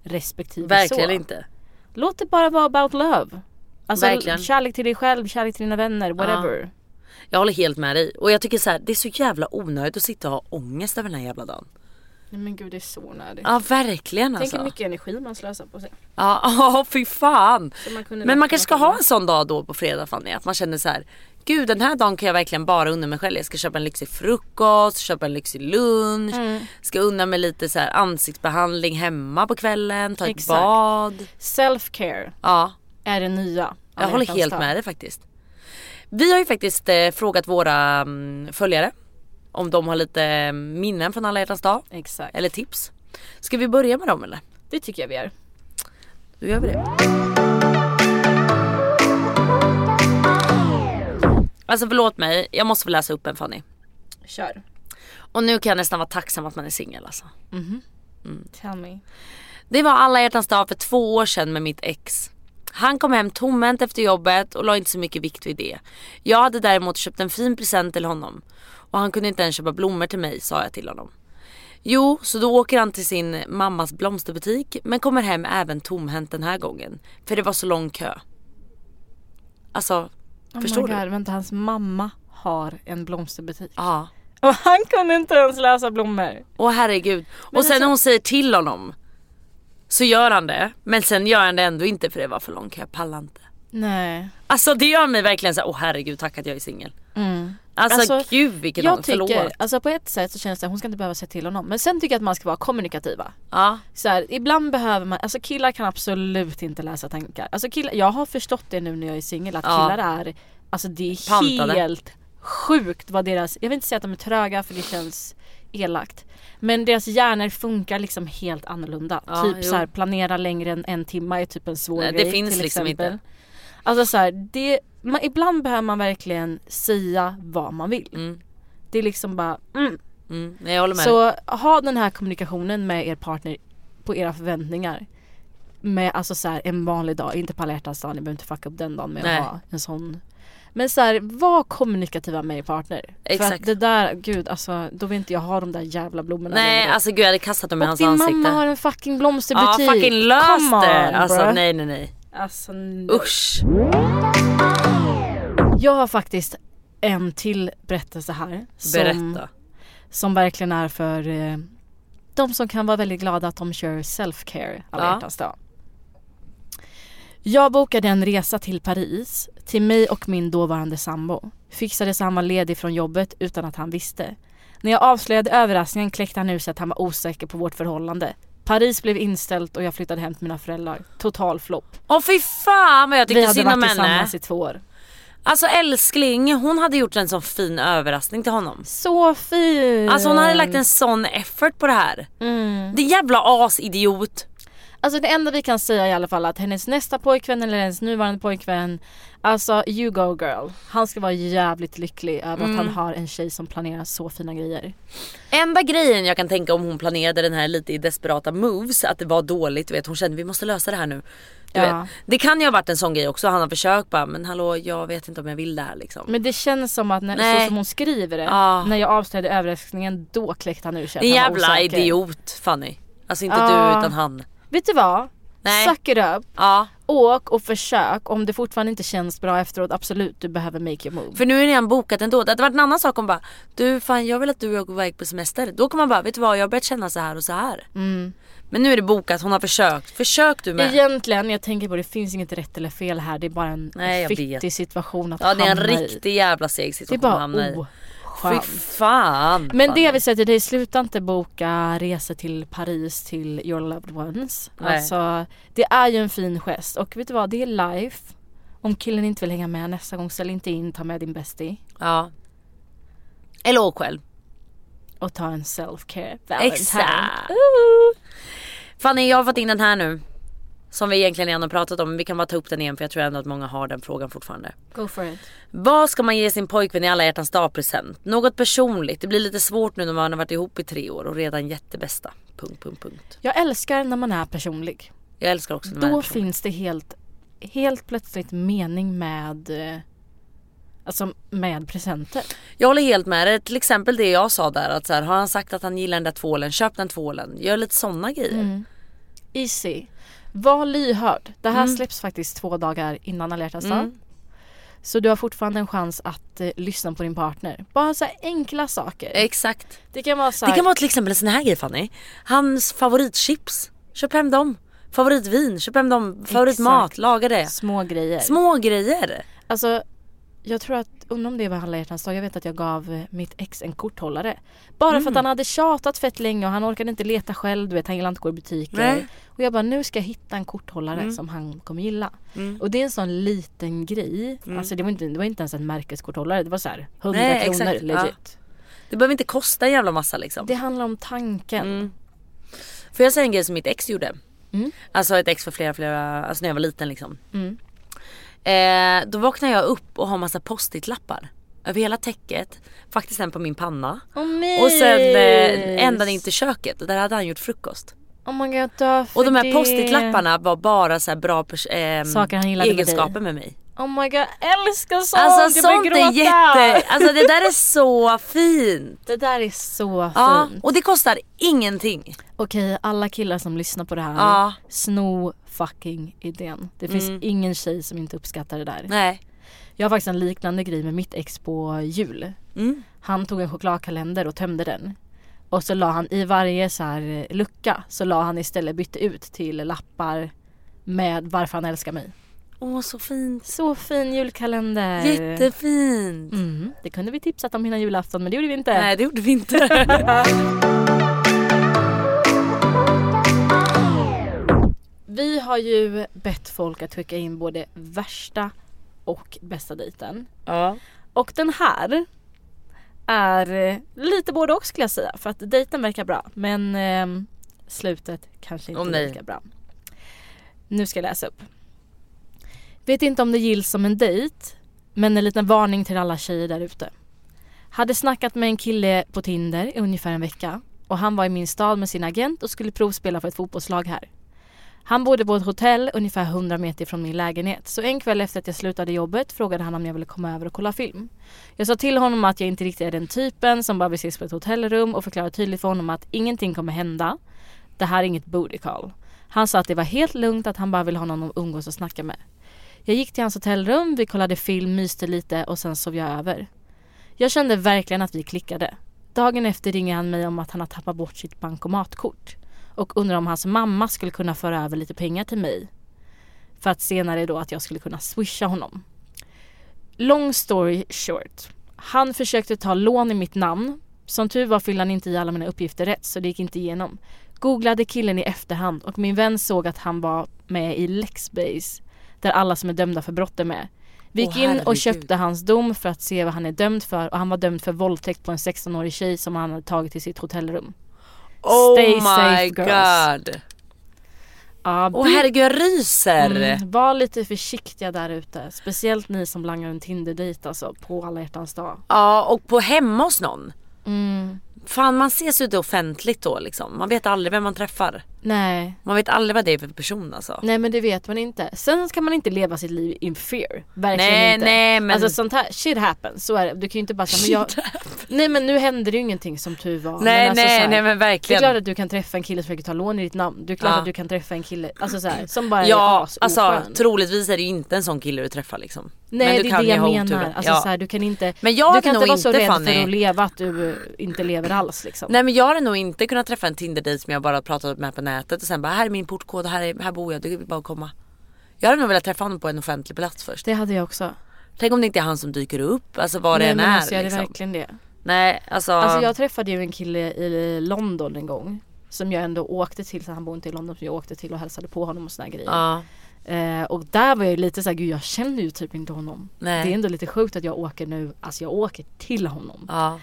Speaker 2: respektive
Speaker 1: Verkligen
Speaker 2: så.
Speaker 1: inte.
Speaker 2: Låt det bara vara about love. Alltså
Speaker 1: Verkligen.
Speaker 2: kärlek till dig själv, kärlek till dina vänner, whatever.
Speaker 1: Jag håller helt med dig. Och jag tycker så här, det är så jävla onödigt att sitta och ha ångest över den här jävla dagen.
Speaker 2: Nej men gud det är så onödigt.
Speaker 1: Ja verkligen
Speaker 2: Tänk hur
Speaker 1: alltså.
Speaker 2: mycket energi man slösar på sig.
Speaker 1: Ja, ja fy fan.
Speaker 2: man kunde
Speaker 1: Men man
Speaker 2: verkligen
Speaker 1: kanske ska
Speaker 2: vara
Speaker 1: ha en sån dag då på fredag Fanny. Att man känner så här. Gud den här dagen kan jag verkligen bara unna mig själv. Jag ska köpa en lyxig frukost, köpa en lyxig lunch.
Speaker 2: Mm.
Speaker 1: Ska unna mig lite så här ansiktsbehandling hemma på kvällen. Ta ett
Speaker 2: Exakt.
Speaker 1: bad.
Speaker 2: Self-care
Speaker 1: Ja,
Speaker 2: är det nya.
Speaker 1: jag
Speaker 2: alla
Speaker 1: håller
Speaker 2: hjärtans
Speaker 1: helt
Speaker 2: dag.
Speaker 1: med dig faktiskt. Vi har ju faktiskt eh, frågat våra mm, följare. Om de har lite eh, minnen från alla hjärtans dag.
Speaker 2: Exakt.
Speaker 1: Eller tips. Ska vi börja med dem eller?
Speaker 2: Det tycker jag vi gör.
Speaker 1: Då gör vi det. Alltså förlåt mig, jag måste få läsa upp en Fanny.
Speaker 2: Kör.
Speaker 1: Och nu kan jag nästan vara tacksam att man är singel alltså.
Speaker 2: Tell me.
Speaker 1: Det var alla hjärtans dag för två år sedan med mitt ex. Han kom hem tomhänt efter jobbet och la inte så mycket vikt vid det. Jag hade däremot köpt en fin present till honom. Och han kunde inte ens köpa blommor till mig sa jag till honom. Jo, så då åker han till sin mammas blomsterbutik men kommer hem även tomhänt den här gången. För det var så lång kö. Alltså,
Speaker 2: Oh
Speaker 1: förstår
Speaker 2: my
Speaker 1: du?
Speaker 2: God, Vänta, hans mamma har en blomsterbutik.
Speaker 1: Ja.
Speaker 2: Och han kunde inte ens läsa blommor.
Speaker 1: Åh herregud. och
Speaker 2: alltså-
Speaker 1: sen när hon säger till honom så gör han det. Men sen gör han det ändå inte för det var för lång kö, jag pallar inte.
Speaker 2: Nej.
Speaker 1: Alltså det gör mig verkligen såhär, åh herregud tack att jag är singel. Alltså,
Speaker 2: Alltså,
Speaker 1: gud vilken
Speaker 2: Jag
Speaker 1: jag
Speaker 2: tycker,
Speaker 1: förlåt.
Speaker 2: alltså på ett sätt så känns det att hon ska inte behöva säga till honom. Men sen tycker jag att man ska vara kommunikativa.
Speaker 1: Ja,
Speaker 2: Så här, ibland behöver man, alltså killar kan absolut inte läsa tankar. Alltså killar, jag har förstått det nu när jag är singel att
Speaker 1: Ja.
Speaker 2: killar är, alltså det är
Speaker 1: Pantade.
Speaker 2: helt sjukt vad deras, jag vill inte säga att de är tröga för det känns elakt. Men deras hjärnor funkar liksom helt annorlunda.
Speaker 1: Ja,
Speaker 2: typ
Speaker 1: jo.
Speaker 2: så här, planera längre än en timme är typ en svår
Speaker 1: Nej, det
Speaker 2: grej
Speaker 1: finns
Speaker 2: till
Speaker 1: liksom
Speaker 2: exempel.
Speaker 1: inte.
Speaker 2: Alltså så här, det, man, ibland behöver man verkligen säga vad man vill. Det är liksom bara, mm,
Speaker 1: mm, nej, jag håller med. dig.
Speaker 2: så ha den här kommunikationen med er partner på era förväntningar. Med alltså så här, en vanlig dag, inte på alla hjärtans dag, ni behöver inte fucka upp den dagen med
Speaker 1: Nej.
Speaker 2: att ha en sån. Men så här, var kommunikativa med er partner. För
Speaker 1: Exakt.
Speaker 2: att det där, gud alltså då vill inte jag ha de där jävla blommorna
Speaker 1: nej
Speaker 2: längre.
Speaker 1: alltså gud jag hade kastat dem i
Speaker 2: Och
Speaker 1: hans
Speaker 2: din
Speaker 1: ansikte.
Speaker 2: mamma har en fucking
Speaker 1: ja
Speaker 2: blomsterbutik.
Speaker 1: fucking lös
Speaker 2: Come on,
Speaker 1: det. Alltså
Speaker 2: bruh.
Speaker 1: nej nej nej.
Speaker 2: Alltså,
Speaker 1: Usch.
Speaker 2: Jag har faktiskt en till berättelse här. som-
Speaker 1: Berätta.
Speaker 2: som verkligen är för eh, de som kan vara väldigt glada att de kör self-care alla
Speaker 1: Ja.
Speaker 2: hjärtans dag. Jag bokade en resa till Paris, till mig och min dåvarande sambo. Fixade så han var ledig från jobbet utan att han visste. När jag avslöjade överraskningen kläckte han ur sig att han var osäker på vårt förhållande. Paris blev inställt och jag flyttade hem till mina föräldrar. Total flopp.
Speaker 1: Åh fy fan vad jag
Speaker 2: Vi
Speaker 1: tycker
Speaker 2: hade
Speaker 1: synd om
Speaker 2: varit
Speaker 1: henne.
Speaker 2: tillsammans i två år.
Speaker 1: Alltså älskling, hon hade gjort en sån fin överraskning till honom.
Speaker 2: Så fint! Mm.
Speaker 1: Alltså hon hade lagt en sån effort på det här. Det jävla asidiot.
Speaker 2: Alltså det enda vi kan säga i alla fall att hennes nästa pojkvän eller hennes nuvarande pojkvän, alltså you go girl. Han ska vara jävligt lycklig över att
Speaker 1: Mm.
Speaker 2: han har en tjej som planerar så fina grejer.
Speaker 1: Enda grejen jag kan tänka om hon planerade den här lite i desperata moves, att det var dåligt, du vet hon kände vi måste lösa det här nu. Du
Speaker 2: Ja.
Speaker 1: vet. Det kan ju ha varit en sån grej också, han har försökt bara men hallå jag vet inte om jag vill det här liksom.
Speaker 2: Men det känns som att när, så
Speaker 1: Nej.
Speaker 2: som hon skriver det,
Speaker 1: Ah.
Speaker 2: när jag avslöjade överraskningen då kläckte han ur sig att
Speaker 1: Din
Speaker 2: han var
Speaker 1: jävla
Speaker 2: osäker.
Speaker 1: idiot Fanny. Alltså inte
Speaker 2: Ja.
Speaker 1: du utan han.
Speaker 2: Vet du vad?
Speaker 1: Nej.
Speaker 2: Suck it up.
Speaker 1: Ja,
Speaker 2: Åk och försök. Om det fortfarande inte känns bra efteråt, absolut du behöver make your move.
Speaker 1: för nu är det redan bokat ändå. Det hade varit en annan sak om bara du fan jag vill att du och jag går iväg på semester. Då kan man bara vet du vad jag har börjat känna så här och så här.
Speaker 2: Mm.
Speaker 1: Men nu är det bokat, hon har försökt. Försök du med.
Speaker 2: Egentligen, jag tänker på det finns inget rätt eller fel här. Det är bara en
Speaker 1: Nej, jag
Speaker 2: fittig
Speaker 1: vet.
Speaker 2: situation att
Speaker 1: Ja det är en
Speaker 2: hamna i.
Speaker 1: riktig jävla seg
Speaker 2: Det är
Speaker 1: situation att
Speaker 2: bara
Speaker 1: hamna i. Fy
Speaker 2: oskönt.
Speaker 1: fan.
Speaker 2: Men det
Speaker 1: Fanny.
Speaker 2: jag vill säga till dig, sluta inte boka resor till Paris till your loved ones.
Speaker 1: Nej.
Speaker 2: Alltså, det är ju en fin gest och vet du vad, det är life. Om killen inte vill hänga med nästa gång, ställ inte in, ta med din bestie
Speaker 1: Ja. Eller åk själv.
Speaker 2: och ta en self-care valentine.
Speaker 1: Exakt. Fanny, jag har fått in den här nu. Som vi egentligen redan har pratat om, men vi kan bara ta upp den igen för jag tror ändå att många har den frågan fortfarande.
Speaker 2: Go for it.
Speaker 1: Vad ska man ge sin pojkvän i alla hjärtans dag present? Något personligt. Det blir lite svårt nu när man har varit ihop i tre år och redan jättebästa. Punkt, punkt, punkt.
Speaker 2: Jag älskar när man är personlig.
Speaker 1: Jag älskar också den här
Speaker 2: Då
Speaker 1: personen.
Speaker 2: finns det helt, helt plötsligt mening med, eh, alltså med presenter.
Speaker 1: Jag håller helt med dig. Till exempel det jag sa där att så här, har han sagt att han gillar den där tvålen, köp den tvålen. Gör lite sådana grejer.
Speaker 2: Easy. Var lyhörd. Det
Speaker 1: Mm.
Speaker 2: här släpps faktiskt två dagar innan alla hjärtans dag. Så du har fortfarande en chans att eh, lyssna på din partner. Bara så här enkla saker.
Speaker 1: Exakt.
Speaker 2: Det kan vara så här,
Speaker 1: Det kan vara till exempel en sån här grej Fanny. Hans favoritchips, köp hem dem. Favoritvin, köp hem dem. Favoritmat,
Speaker 2: Exakt.
Speaker 1: laga det.
Speaker 2: små grejer.
Speaker 1: Små grejer.
Speaker 2: Alltså, jag tror att, undrar om det var alla hjärtans dag. Jag vet att jag gav eh, mitt ex en korthållare. Bara för
Speaker 1: Mm.
Speaker 2: att han hade tjatat fett länge och han orkade inte leta själv. Du vet, han gillar inte att gå i butiker.
Speaker 1: Nej. Mm.
Speaker 2: Och jag bara, nu ska jag hitta en korthållare som han kommer gilla. Och det är en sån liten grej. Alltså det var, inte, det var inte ens en märkeskorthållare. Det var så här 100
Speaker 1: Mm. Nej,
Speaker 2: kronor
Speaker 1: exakt, ja.
Speaker 2: legit.
Speaker 1: Det behöver inte kosta en jävla massa liksom.
Speaker 2: Det handlar om tanken.
Speaker 1: Mm. Får jag säga en grej som mitt ex gjorde?
Speaker 2: Mm.
Speaker 1: Alltså ett ex för flera, flera, alltså när jag var liten liksom. Eh, då vaknar jag upp och har massa post-it-lappar. Över hela täcket, faktiskt en på min panna.
Speaker 2: Åh, mys.
Speaker 1: Och sen eh, ända ner till köket och där hade han gjort frukost.
Speaker 2: Oh my god, jag dör för
Speaker 1: Och de här
Speaker 2: det.
Speaker 1: post-it-lapparna var bara så här bra pers- ehm,
Speaker 2: Saker han gillade med dig.
Speaker 1: egenskaper med mig.
Speaker 2: Oh my god, jag älskar sånt!
Speaker 1: Alltså
Speaker 2: jag
Speaker 1: sånt
Speaker 2: börjar
Speaker 1: är
Speaker 2: gråta.
Speaker 1: jätte, alltså det där är så fint.
Speaker 2: Det där är så
Speaker 1: Ja,
Speaker 2: fint.
Speaker 1: och det kostar ingenting.
Speaker 2: Okej, alla killar som lyssnar på det här.
Speaker 1: Ja.
Speaker 2: Sno fucking idén. Det finns ingen tjej som inte uppskattar det där.
Speaker 1: Nej.
Speaker 2: Jag har faktiskt en liknande grej med mitt ex på jul. Han tog en chokladkalender och tömde den. Och så la han i varje så här eh, lucka så la han istället bytte ut till lappar med varför han älskar mig.
Speaker 1: Åh så fint.
Speaker 2: Så fin julkalender.
Speaker 1: Jättefint.
Speaker 2: Mm, det kunde vi tipsat om innan julafton men det gjorde vi inte.
Speaker 1: Nej det gjorde vi inte.
Speaker 2: Vi har ju bett folk att skicka in både värsta och bästa dejten.
Speaker 1: ja.
Speaker 2: Och den här är eh, lite både och skulle jag säga för att dejten verkar bra men ehm, slutet kanske inte
Speaker 1: Åh, nej.
Speaker 2: lika bra. Nu ska jag läsa upp. Vet inte om det gills som en dejt men en liten varning till alla tjejer där ute. Hade snackat med en kille på Tinder i ungefär en vecka och han var i min stad med sin agent och skulle provspela för ett fotbollslag här. Han bodde på ett hotell ungefär 100 meter från min lägenhet så en kväll efter att jag slutade jobbet frågade han om jag ville komma över och kolla film. Jag sa till honom att jag inte riktigt är den typen som bara vill ses på ett hotellrum och förklarade tydligt för honom att ingenting kommer hända. Det här är inget booty call. Han sa att det var helt lugnt att han bara ville ha någon att umgås och snacka med. Jag gick till hans hotellrum, vi kollade film, myste lite och sen sov jag över. Jag kände verkligen att vi klickade. Dagen efter ringer han mig om att han har tappat bort sitt bankomatkort och undrar om hans mamma skulle kunna föra över lite pengar till mig för att senare då att jag skulle kunna swisha honom. Long story short. Han försökte ta lån i mitt namn. Som tur var fyllde han inte i alla mina uppgifter rätt så det gick inte igenom. Googlade killen i efterhand och min vän såg att han var med i Lexbase där alla som är dömda för brott är med. Vi gick
Speaker 1: Åh,
Speaker 2: in och
Speaker 1: herregud.
Speaker 2: köpte hans dom för att se vad han är dömd för och han var dömd för våldtäkt på en 16-årig tjej som han hade tagit till sitt hotellrum.
Speaker 1: Oh
Speaker 2: Stay
Speaker 1: my
Speaker 2: safe, girls.
Speaker 1: god.
Speaker 2: Ja,
Speaker 1: Åh herregud jag ryser.
Speaker 2: Mm, var lite försiktiga där ute. Speciellt ni som langar en Tinder-dejt alltså på alla hjärtans dag.
Speaker 1: Ja och på hemma hos någon. Mm. Fan man ses ju inte offentligt då liksom. Man vet aldrig vem man träffar.
Speaker 2: Nej.
Speaker 1: Man vet aldrig vad det är för person alltså.
Speaker 2: Nej men det vet man inte. Sen ska man inte leva sitt liv in fear. Verkligen
Speaker 1: Nej,
Speaker 2: inte.
Speaker 1: nej, men-
Speaker 2: Alltså sånt här, shit happens. Så är det. Du kan ju inte bara säga men jag... Nej men nu händer det ju ingenting som tur var.
Speaker 1: Nej,
Speaker 2: alltså,
Speaker 1: nej,
Speaker 2: så här,
Speaker 1: nej, men verkligen.
Speaker 2: Det är klart att du kan träffa en kille som försöker ta lån i ditt namn. Det är klart
Speaker 1: Ja.
Speaker 2: att du kan träffa en kille alltså, så här, som bara är
Speaker 1: Ja
Speaker 2: asoskön.
Speaker 1: alltså troligtvis är det ju inte en sån kille du träffar liksom.
Speaker 2: Nej
Speaker 1: du
Speaker 2: det är
Speaker 1: kan
Speaker 2: det
Speaker 1: ju
Speaker 2: jag
Speaker 1: ha
Speaker 2: menar.
Speaker 1: oturen.
Speaker 2: Alltså,
Speaker 1: Ja.
Speaker 2: så här, du kan inte,
Speaker 1: Men jag
Speaker 2: du
Speaker 1: hade
Speaker 2: kan
Speaker 1: nog
Speaker 2: inte vara så
Speaker 1: inte,
Speaker 2: rädd
Speaker 1: Fanny.
Speaker 2: för att leva att du eh, inte lever alls liksom.
Speaker 1: Nej men jag hade nog inte kunnat träffa en Tinder-dejt som jag bara pratat med på nätet och sen bara här är min portkod, här, är, här bor jag, du är bara att komma. Jag hade nog velat träffa honom på en offentlig plats först.
Speaker 2: Det hade jag också.
Speaker 1: Tänk om det inte är han som dyker upp, alltså vad det
Speaker 2: Nej
Speaker 1: än
Speaker 2: men
Speaker 1: är.
Speaker 2: alltså, jag hade
Speaker 1: liksom.
Speaker 2: verkligen det.
Speaker 1: Nej alltså,
Speaker 2: Alltså jag träffade ju en kille i London en gång. Som jag ändå åkte till, så han bor inte i London, som jag åkte till och hälsade på honom och såna här grejer.
Speaker 1: ja.
Speaker 2: Eh, och där var jag ju lite såhär, gud jag känner ju typ inte honom.
Speaker 1: Nej.
Speaker 2: Det är ändå lite sjukt att jag åker nu, alltså jag åker till honom.
Speaker 1: Ja.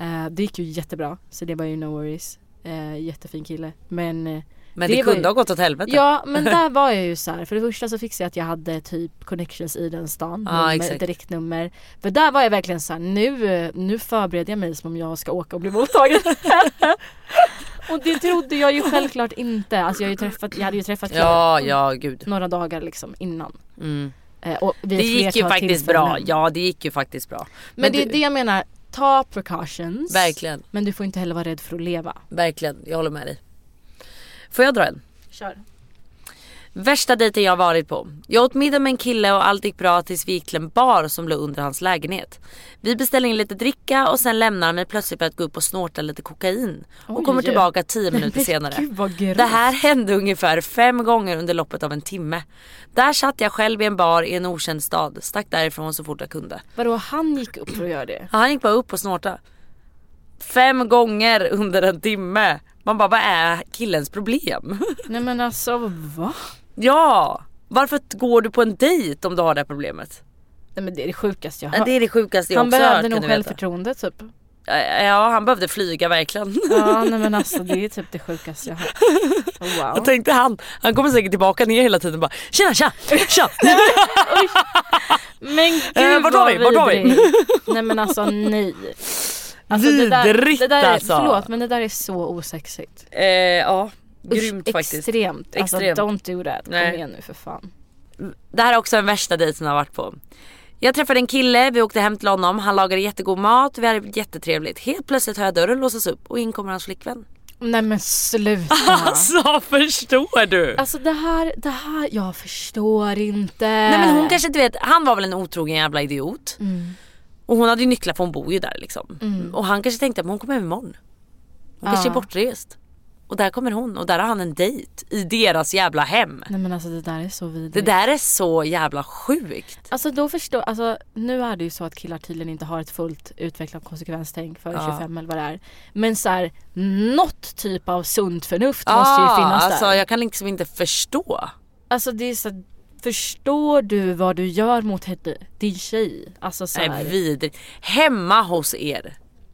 Speaker 2: Eh, det gick ju jättebra, så det var ju no worries. Eh, jättefin kille. Men, eh,
Speaker 1: Men det,
Speaker 2: var
Speaker 1: kunde
Speaker 2: ju-
Speaker 1: ha gått åt helvete.
Speaker 2: Ja men där var jag ju så här. för det första så fixade jag att jag hade typ connections i den stan,
Speaker 1: Ja,
Speaker 2: nummer,
Speaker 1: exakt.
Speaker 2: direktnummer. För där var jag verkligen så här, nu, eh, nu förbereder jag mig som om jag ska åka och bli våldtagen. och det trodde jag ju självklart inte, alltså jag, har ju träffat, jag hade ju träffat killen
Speaker 1: ja, ja gud.
Speaker 2: några dagar liksom innan. Eh, och vid
Speaker 1: Det
Speaker 2: ett
Speaker 1: gick ju
Speaker 2: flertal
Speaker 1: faktiskt
Speaker 2: tillfällen.
Speaker 1: bra, ja det gick ju faktiskt bra.
Speaker 2: Men, det är
Speaker 1: du-
Speaker 2: det jag menar, ta precautions.
Speaker 1: Verkligen.
Speaker 2: Men du får inte heller vara rädd för att leva.
Speaker 1: Verkligen, jag håller med dig. Får jag dra en?
Speaker 2: Kör.
Speaker 1: Värsta dejten jag varit på. Jag åt middag med en kille och allt gick bra tills vi gick till en bar som låg under hans lägenhet. Vi beställde in lite dricka och sen lämnar han mig plötsligt för att gå upp och snorta lite kokain. Och
Speaker 2: Oj.
Speaker 1: kommer tillbaka tio minuter
Speaker 2: Men
Speaker 1: senare.
Speaker 2: gud, vad grovt.
Speaker 1: Det här hände ungefär fem gånger under loppet av en timme. Där satt jag själv i en bar i en okänd stad. Stack därifrån så fort jag kunde.
Speaker 2: Vadå han gick upp för att göra det?
Speaker 1: Ja, Han gick bara upp och snorta. Fem gånger under en timme. Man bara, vad är killens problem?
Speaker 2: Nej men alltså va?
Speaker 1: ja! Varför t- går du på en dejt om du har det här problemet?
Speaker 2: Nej men det är det sjukaste jag har
Speaker 1: Ja, det är det sjukaste jag
Speaker 2: Han
Speaker 1: också
Speaker 2: behövde
Speaker 1: hört,
Speaker 2: nog
Speaker 1: kan du veta.
Speaker 2: självförtroende typ.
Speaker 1: Ja, han behövde flyga verkligen.
Speaker 2: Ja nej men alltså det är typ det sjukaste jag har hört. Oh, Wow.
Speaker 1: Jag tänkte han, han kommer säkert tillbaka ner hela tiden bara tjena tja, tja.
Speaker 2: Men gud
Speaker 1: Eh, vart var
Speaker 2: vad
Speaker 1: vi? Vart var vi?
Speaker 2: vidrig. Nej men alltså nej. Alltså,
Speaker 1: Vidrigt,
Speaker 2: det där är,
Speaker 1: alltså.
Speaker 2: Förlåt men det där är så osexigt.
Speaker 1: eh, ja,
Speaker 2: Usch,
Speaker 1: grymt faktiskt.
Speaker 2: Extremt. Alltså
Speaker 1: Extremt.
Speaker 2: don't do that.
Speaker 1: Nej.
Speaker 2: Kom igen nu för fan.
Speaker 1: Det här är också den värsta dejten jag har varit på. Jag träffade en kille, vi åkte hem till honom, han lagade jättegod mat, vi hade jättetrevligt. Helt plötsligt hör jag dörren låsas upp och in kommer hans flickvän.
Speaker 2: Nej men sluta.
Speaker 1: Alltså förstår du?
Speaker 2: Alltså det här, det här, jag förstår inte.
Speaker 1: Nej men
Speaker 2: Eh.
Speaker 1: hon kanske inte vet, han var väl en otrogen jävla idiot.
Speaker 2: Mm.
Speaker 1: Och hon hade ju nycklar för hon bor ju där liksom. Och han kanske tänkte att hon kommer hem imorgon. Hon kanske är bortrest. Och där kommer hon och där har han en dejt i deras jävla hem.
Speaker 2: Nej men alltså det där är så vidrigt.
Speaker 1: Det där är så jävla sjukt.
Speaker 2: Alltså då förstår, alltså nu är det ju så att killar tydligen inte har ett fullt utvecklat konsekvenstänk för 25 eller vad det är. Men så här, något typ av sunt förnuft måste ju finnas
Speaker 1: alltså,
Speaker 2: där.
Speaker 1: Jag kan liksom inte förstå.
Speaker 2: Alltså det är så här, förstår du vad du gör mot henne, din tjej? Alltså så här,
Speaker 1: Nej, vidrigt. Hemma hos er.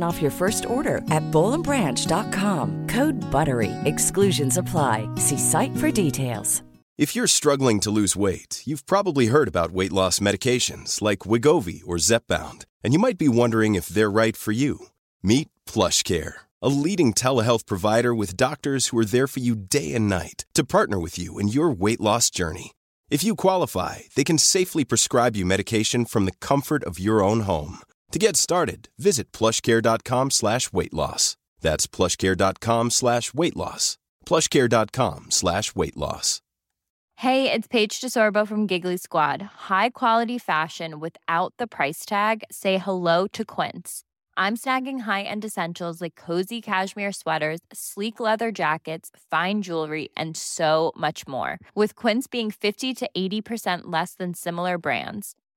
Speaker 5: off your first order at bowlandbranch.com. Code BUTTERY. Exclusions apply. See site for details.
Speaker 6: If you're struggling to lose weight, you've probably heard about weight loss medications like Wigovi or Zepbound, and you might be wondering if they're right for you. Meet PlushCare, a leading telehealth provider with doctors who are there for you day and night to partner with you in your weight loss journey. If you qualify, they can safely prescribe you medication from the comfort of your own home. To get started, visit plushcare.com slash weight loss. That's plushcare.com slash weight loss. plushcare.com slash weight loss.
Speaker 7: Hey, it's Paige DeSorbo from Giggly Squad. High quality fashion without the price tag. Say hello to Quince. I'm snagging high-end essentials like cozy cashmere sweaters, sleek leather jackets, fine jewelry, and so much more. With Quince being 50 to 80% less than similar brands.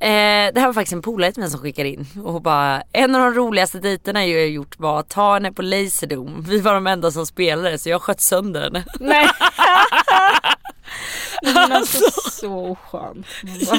Speaker 1: Eh, det här var faktiskt en polare till mig som skickade in och bara en av de roligaste dejterna jag har gjort var att ta henne på Laserdome. Vi var de enda som spelade så jag sköt sönder henne.
Speaker 2: Nej. Men alltså så skönt.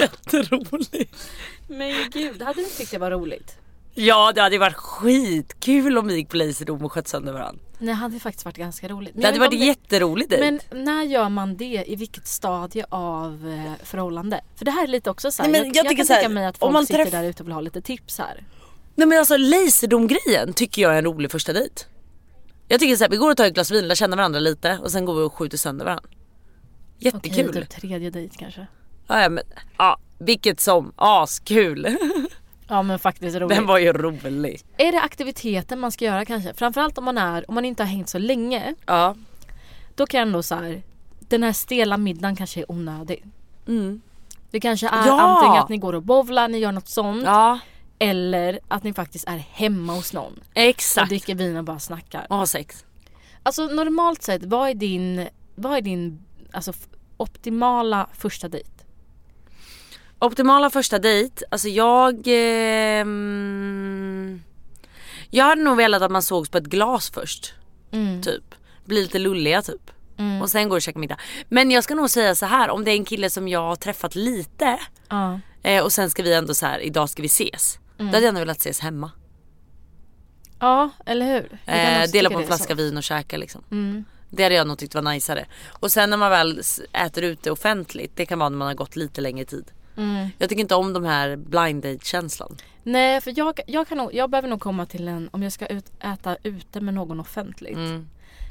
Speaker 1: Jätteroligt.
Speaker 2: Men gud, hade du tyckt det var roligt?
Speaker 1: Ja det hade ju varit skitkul om vi gick på Laserdome och sköt sönder varandra.
Speaker 2: Nej, det hade faktiskt varit ganska roligt. Men
Speaker 1: Det
Speaker 2: jag
Speaker 1: hade
Speaker 2: vet
Speaker 1: varit
Speaker 2: om
Speaker 1: jätteroligt dejt.
Speaker 2: Men när gör man det? I vilket stadie av eh, förhållande? För det här är lite också så här,
Speaker 1: Nej, men
Speaker 2: jag,
Speaker 1: jag
Speaker 2: jag,
Speaker 1: tycker
Speaker 2: kan
Speaker 1: så här,
Speaker 2: tänka mig att
Speaker 1: om
Speaker 2: folk
Speaker 1: man
Speaker 2: sitter
Speaker 1: träff-
Speaker 2: där ute och vill ha lite tips här.
Speaker 1: Nej men alltså laserdomgrejen tycker jag är en rolig första dejt. Jag tycker såhär, vi går och tar ett glas vin, lär känna varandra lite och sen går vi och skjuter sönder varandra. Jättekul.
Speaker 2: typ tredje dejt kanske.
Speaker 1: Ja, ja, men, ja, vilket som, askul.
Speaker 2: Ja men faktiskt roligt.
Speaker 1: Den var ju rolig.
Speaker 2: Är det aktiviteten man ska göra kanske? Framförallt om man, är, om man inte har hängt så länge.
Speaker 1: Ja.
Speaker 2: Då kan jag ändå så här, den här stela middagen kanske är onödig. Det kanske är
Speaker 1: Mm. Ja!
Speaker 2: antingen att ni går och bowlar, ni gör något sånt.
Speaker 1: Ja,
Speaker 2: Eller att ni faktiskt är hemma hos någon. Och
Speaker 1: exakt.
Speaker 2: dricker vin och bara snackar.
Speaker 1: Och ha sex.
Speaker 2: Alltså normalt sett, vad är din, vad är din alltså, f- optimala första dejt?
Speaker 1: Optimala första dejt, alltså jag... Eh, mm, jag hade nog velat att man sågs på ett glas först. Typ. Bli lite lulliga typ. Och sen går och käka middag. Men jag ska nog säga så här, om det är en kille som jag har träffat lite
Speaker 2: Ja.
Speaker 1: eh, och sen ska vi ändå så här, idag ska vi ses. Då hade jag ändå velat ses hemma.
Speaker 2: Ja, eller hur? Jag kan
Speaker 1: Eh,
Speaker 2: också
Speaker 1: dela
Speaker 2: tycka
Speaker 1: på en
Speaker 2: det är Mm. så.
Speaker 1: flaska vin och käka liksom. Det hade jag nog tyckt var najsare. Och sen när man väl s- äter ute offentligt, det kan vara när man har gått lite längre tid.
Speaker 2: Mm.
Speaker 1: Jag tycker inte om de här blind date känslan.
Speaker 2: Nej, för jag, jag, kan nog, jag behöver nog komma till en, om jag ska ut, äta ute med någon offentligt.
Speaker 1: Mm.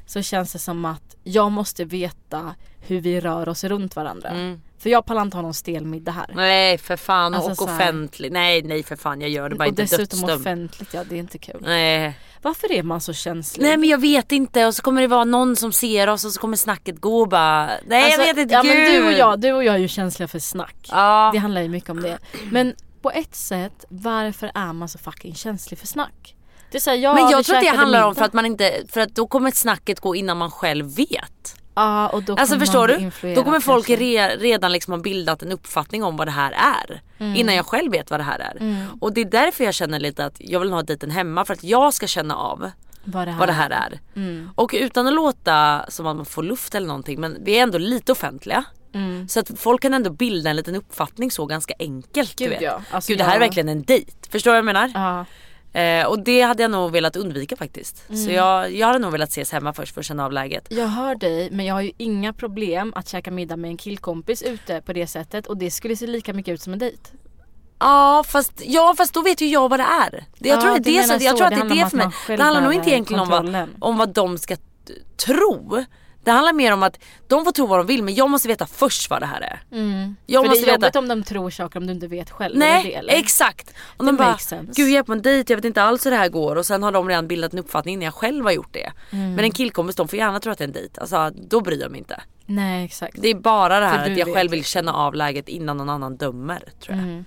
Speaker 2: Så känns det som att jag måste veta hur vi rör oss runt varandra. För jag pallar inte ha någon stel middag här.
Speaker 1: Mm. Nej för fan
Speaker 2: Alltså,
Speaker 1: och
Speaker 2: så här-
Speaker 1: offentlig. Nej nej för fan jag gör det bara
Speaker 2: och
Speaker 1: inte
Speaker 2: dessutom
Speaker 1: dödsdömd.
Speaker 2: offentligt, ja det är inte kul.
Speaker 1: Nej.
Speaker 2: Varför är man så känslig?
Speaker 1: nej men jag vet inte och så kommer det vara någon som ser oss och så kommer snacket gå och bara nej
Speaker 2: Alltså,
Speaker 1: jag vet inte
Speaker 2: ja,
Speaker 1: gud.
Speaker 2: men du, och jag, du och jag är ju känsliga för snack.
Speaker 1: Ja.
Speaker 2: Det handlar ju mycket om det. Men på ett sätt, varför är man så fucking känslig för snack? Det är så här, ja,
Speaker 1: Men
Speaker 2: vi
Speaker 1: jag tror att det
Speaker 2: käkade
Speaker 1: handlar om
Speaker 2: middag.
Speaker 1: för att man inte, för att då kommer snacket gå innan man själv vet.
Speaker 2: Ja, och då
Speaker 1: Alltså
Speaker 2: kommer
Speaker 1: förstår
Speaker 2: man bli
Speaker 1: du? Då
Speaker 2: influerad
Speaker 1: kommer folk
Speaker 2: kanske.
Speaker 1: re, redan liksom ha bildat en uppfattning om vad det här är.
Speaker 2: Mm.
Speaker 1: Innan jag själv vet vad det här är. Och det är därför jag känner lite att jag vill ha dejten hemma för att jag ska känna av
Speaker 2: vad det här,
Speaker 1: vad det här är.
Speaker 2: Mm.
Speaker 1: Och utan att låta som att man får luft eller någonting men vi är ändå lite offentliga.
Speaker 2: Mm.
Speaker 1: Så att folk kan ändå bilda en liten uppfattning så ganska enkelt.
Speaker 2: Gud,
Speaker 1: du vet.
Speaker 2: ja. Alltså,
Speaker 1: Gud det här är
Speaker 2: jag-
Speaker 1: verkligen en dejt. Förstår du vad jag menar?
Speaker 2: Ja.
Speaker 1: Eh, och det hade jag nog velat undvika faktiskt.
Speaker 2: Mm.
Speaker 1: Så jag, jag hade nog velat ses hemma först för att känna av läget.
Speaker 2: Jag hör dig men jag har ju inga problem att käka middag med en killkompis ute på det sättet och det skulle se lika mycket ut som en dejt.
Speaker 1: Ja fast, ja fast då vet ju jag vad det är. Det, jag
Speaker 2: Ja,
Speaker 1: tror, det, det,
Speaker 2: du
Speaker 1: är
Speaker 2: menar
Speaker 1: så, jag
Speaker 2: så.
Speaker 1: tror att
Speaker 2: Det
Speaker 1: det
Speaker 2: handlar
Speaker 1: är det
Speaker 2: om att
Speaker 1: för
Speaker 2: man
Speaker 1: mig.
Speaker 2: själv
Speaker 1: Det handlar nog inte
Speaker 2: behöver
Speaker 1: egentligen om vad,
Speaker 2: kontrollen.
Speaker 1: om vad de ska t- tro. Det handlar mer om att de får tro vad de vill men jag måste veta först vad det här är. Jag
Speaker 2: Mm. För
Speaker 1: måste
Speaker 2: det är
Speaker 1: veta.
Speaker 2: jobbigt om de tror saker om du inte vet själv. är det det,
Speaker 1: Nej
Speaker 2: eller?
Speaker 1: exakt! Och de
Speaker 2: Det
Speaker 1: bara,
Speaker 2: makes sense.
Speaker 1: gud jag är på en dejt, jag vet inte alls hur det här går och sen har de redan bildat en uppfattning innan jag själv har gjort det.
Speaker 2: Mm.
Speaker 1: Men en killkompis de får gärna tro att det är en dejt, alltså då bryr jag mig inte.
Speaker 2: Nej exakt.
Speaker 1: Det är bara det här
Speaker 2: För du
Speaker 1: att jag
Speaker 2: vet. Mm.
Speaker 1: själv vill känna av läget innan någon annan dömer tror jag.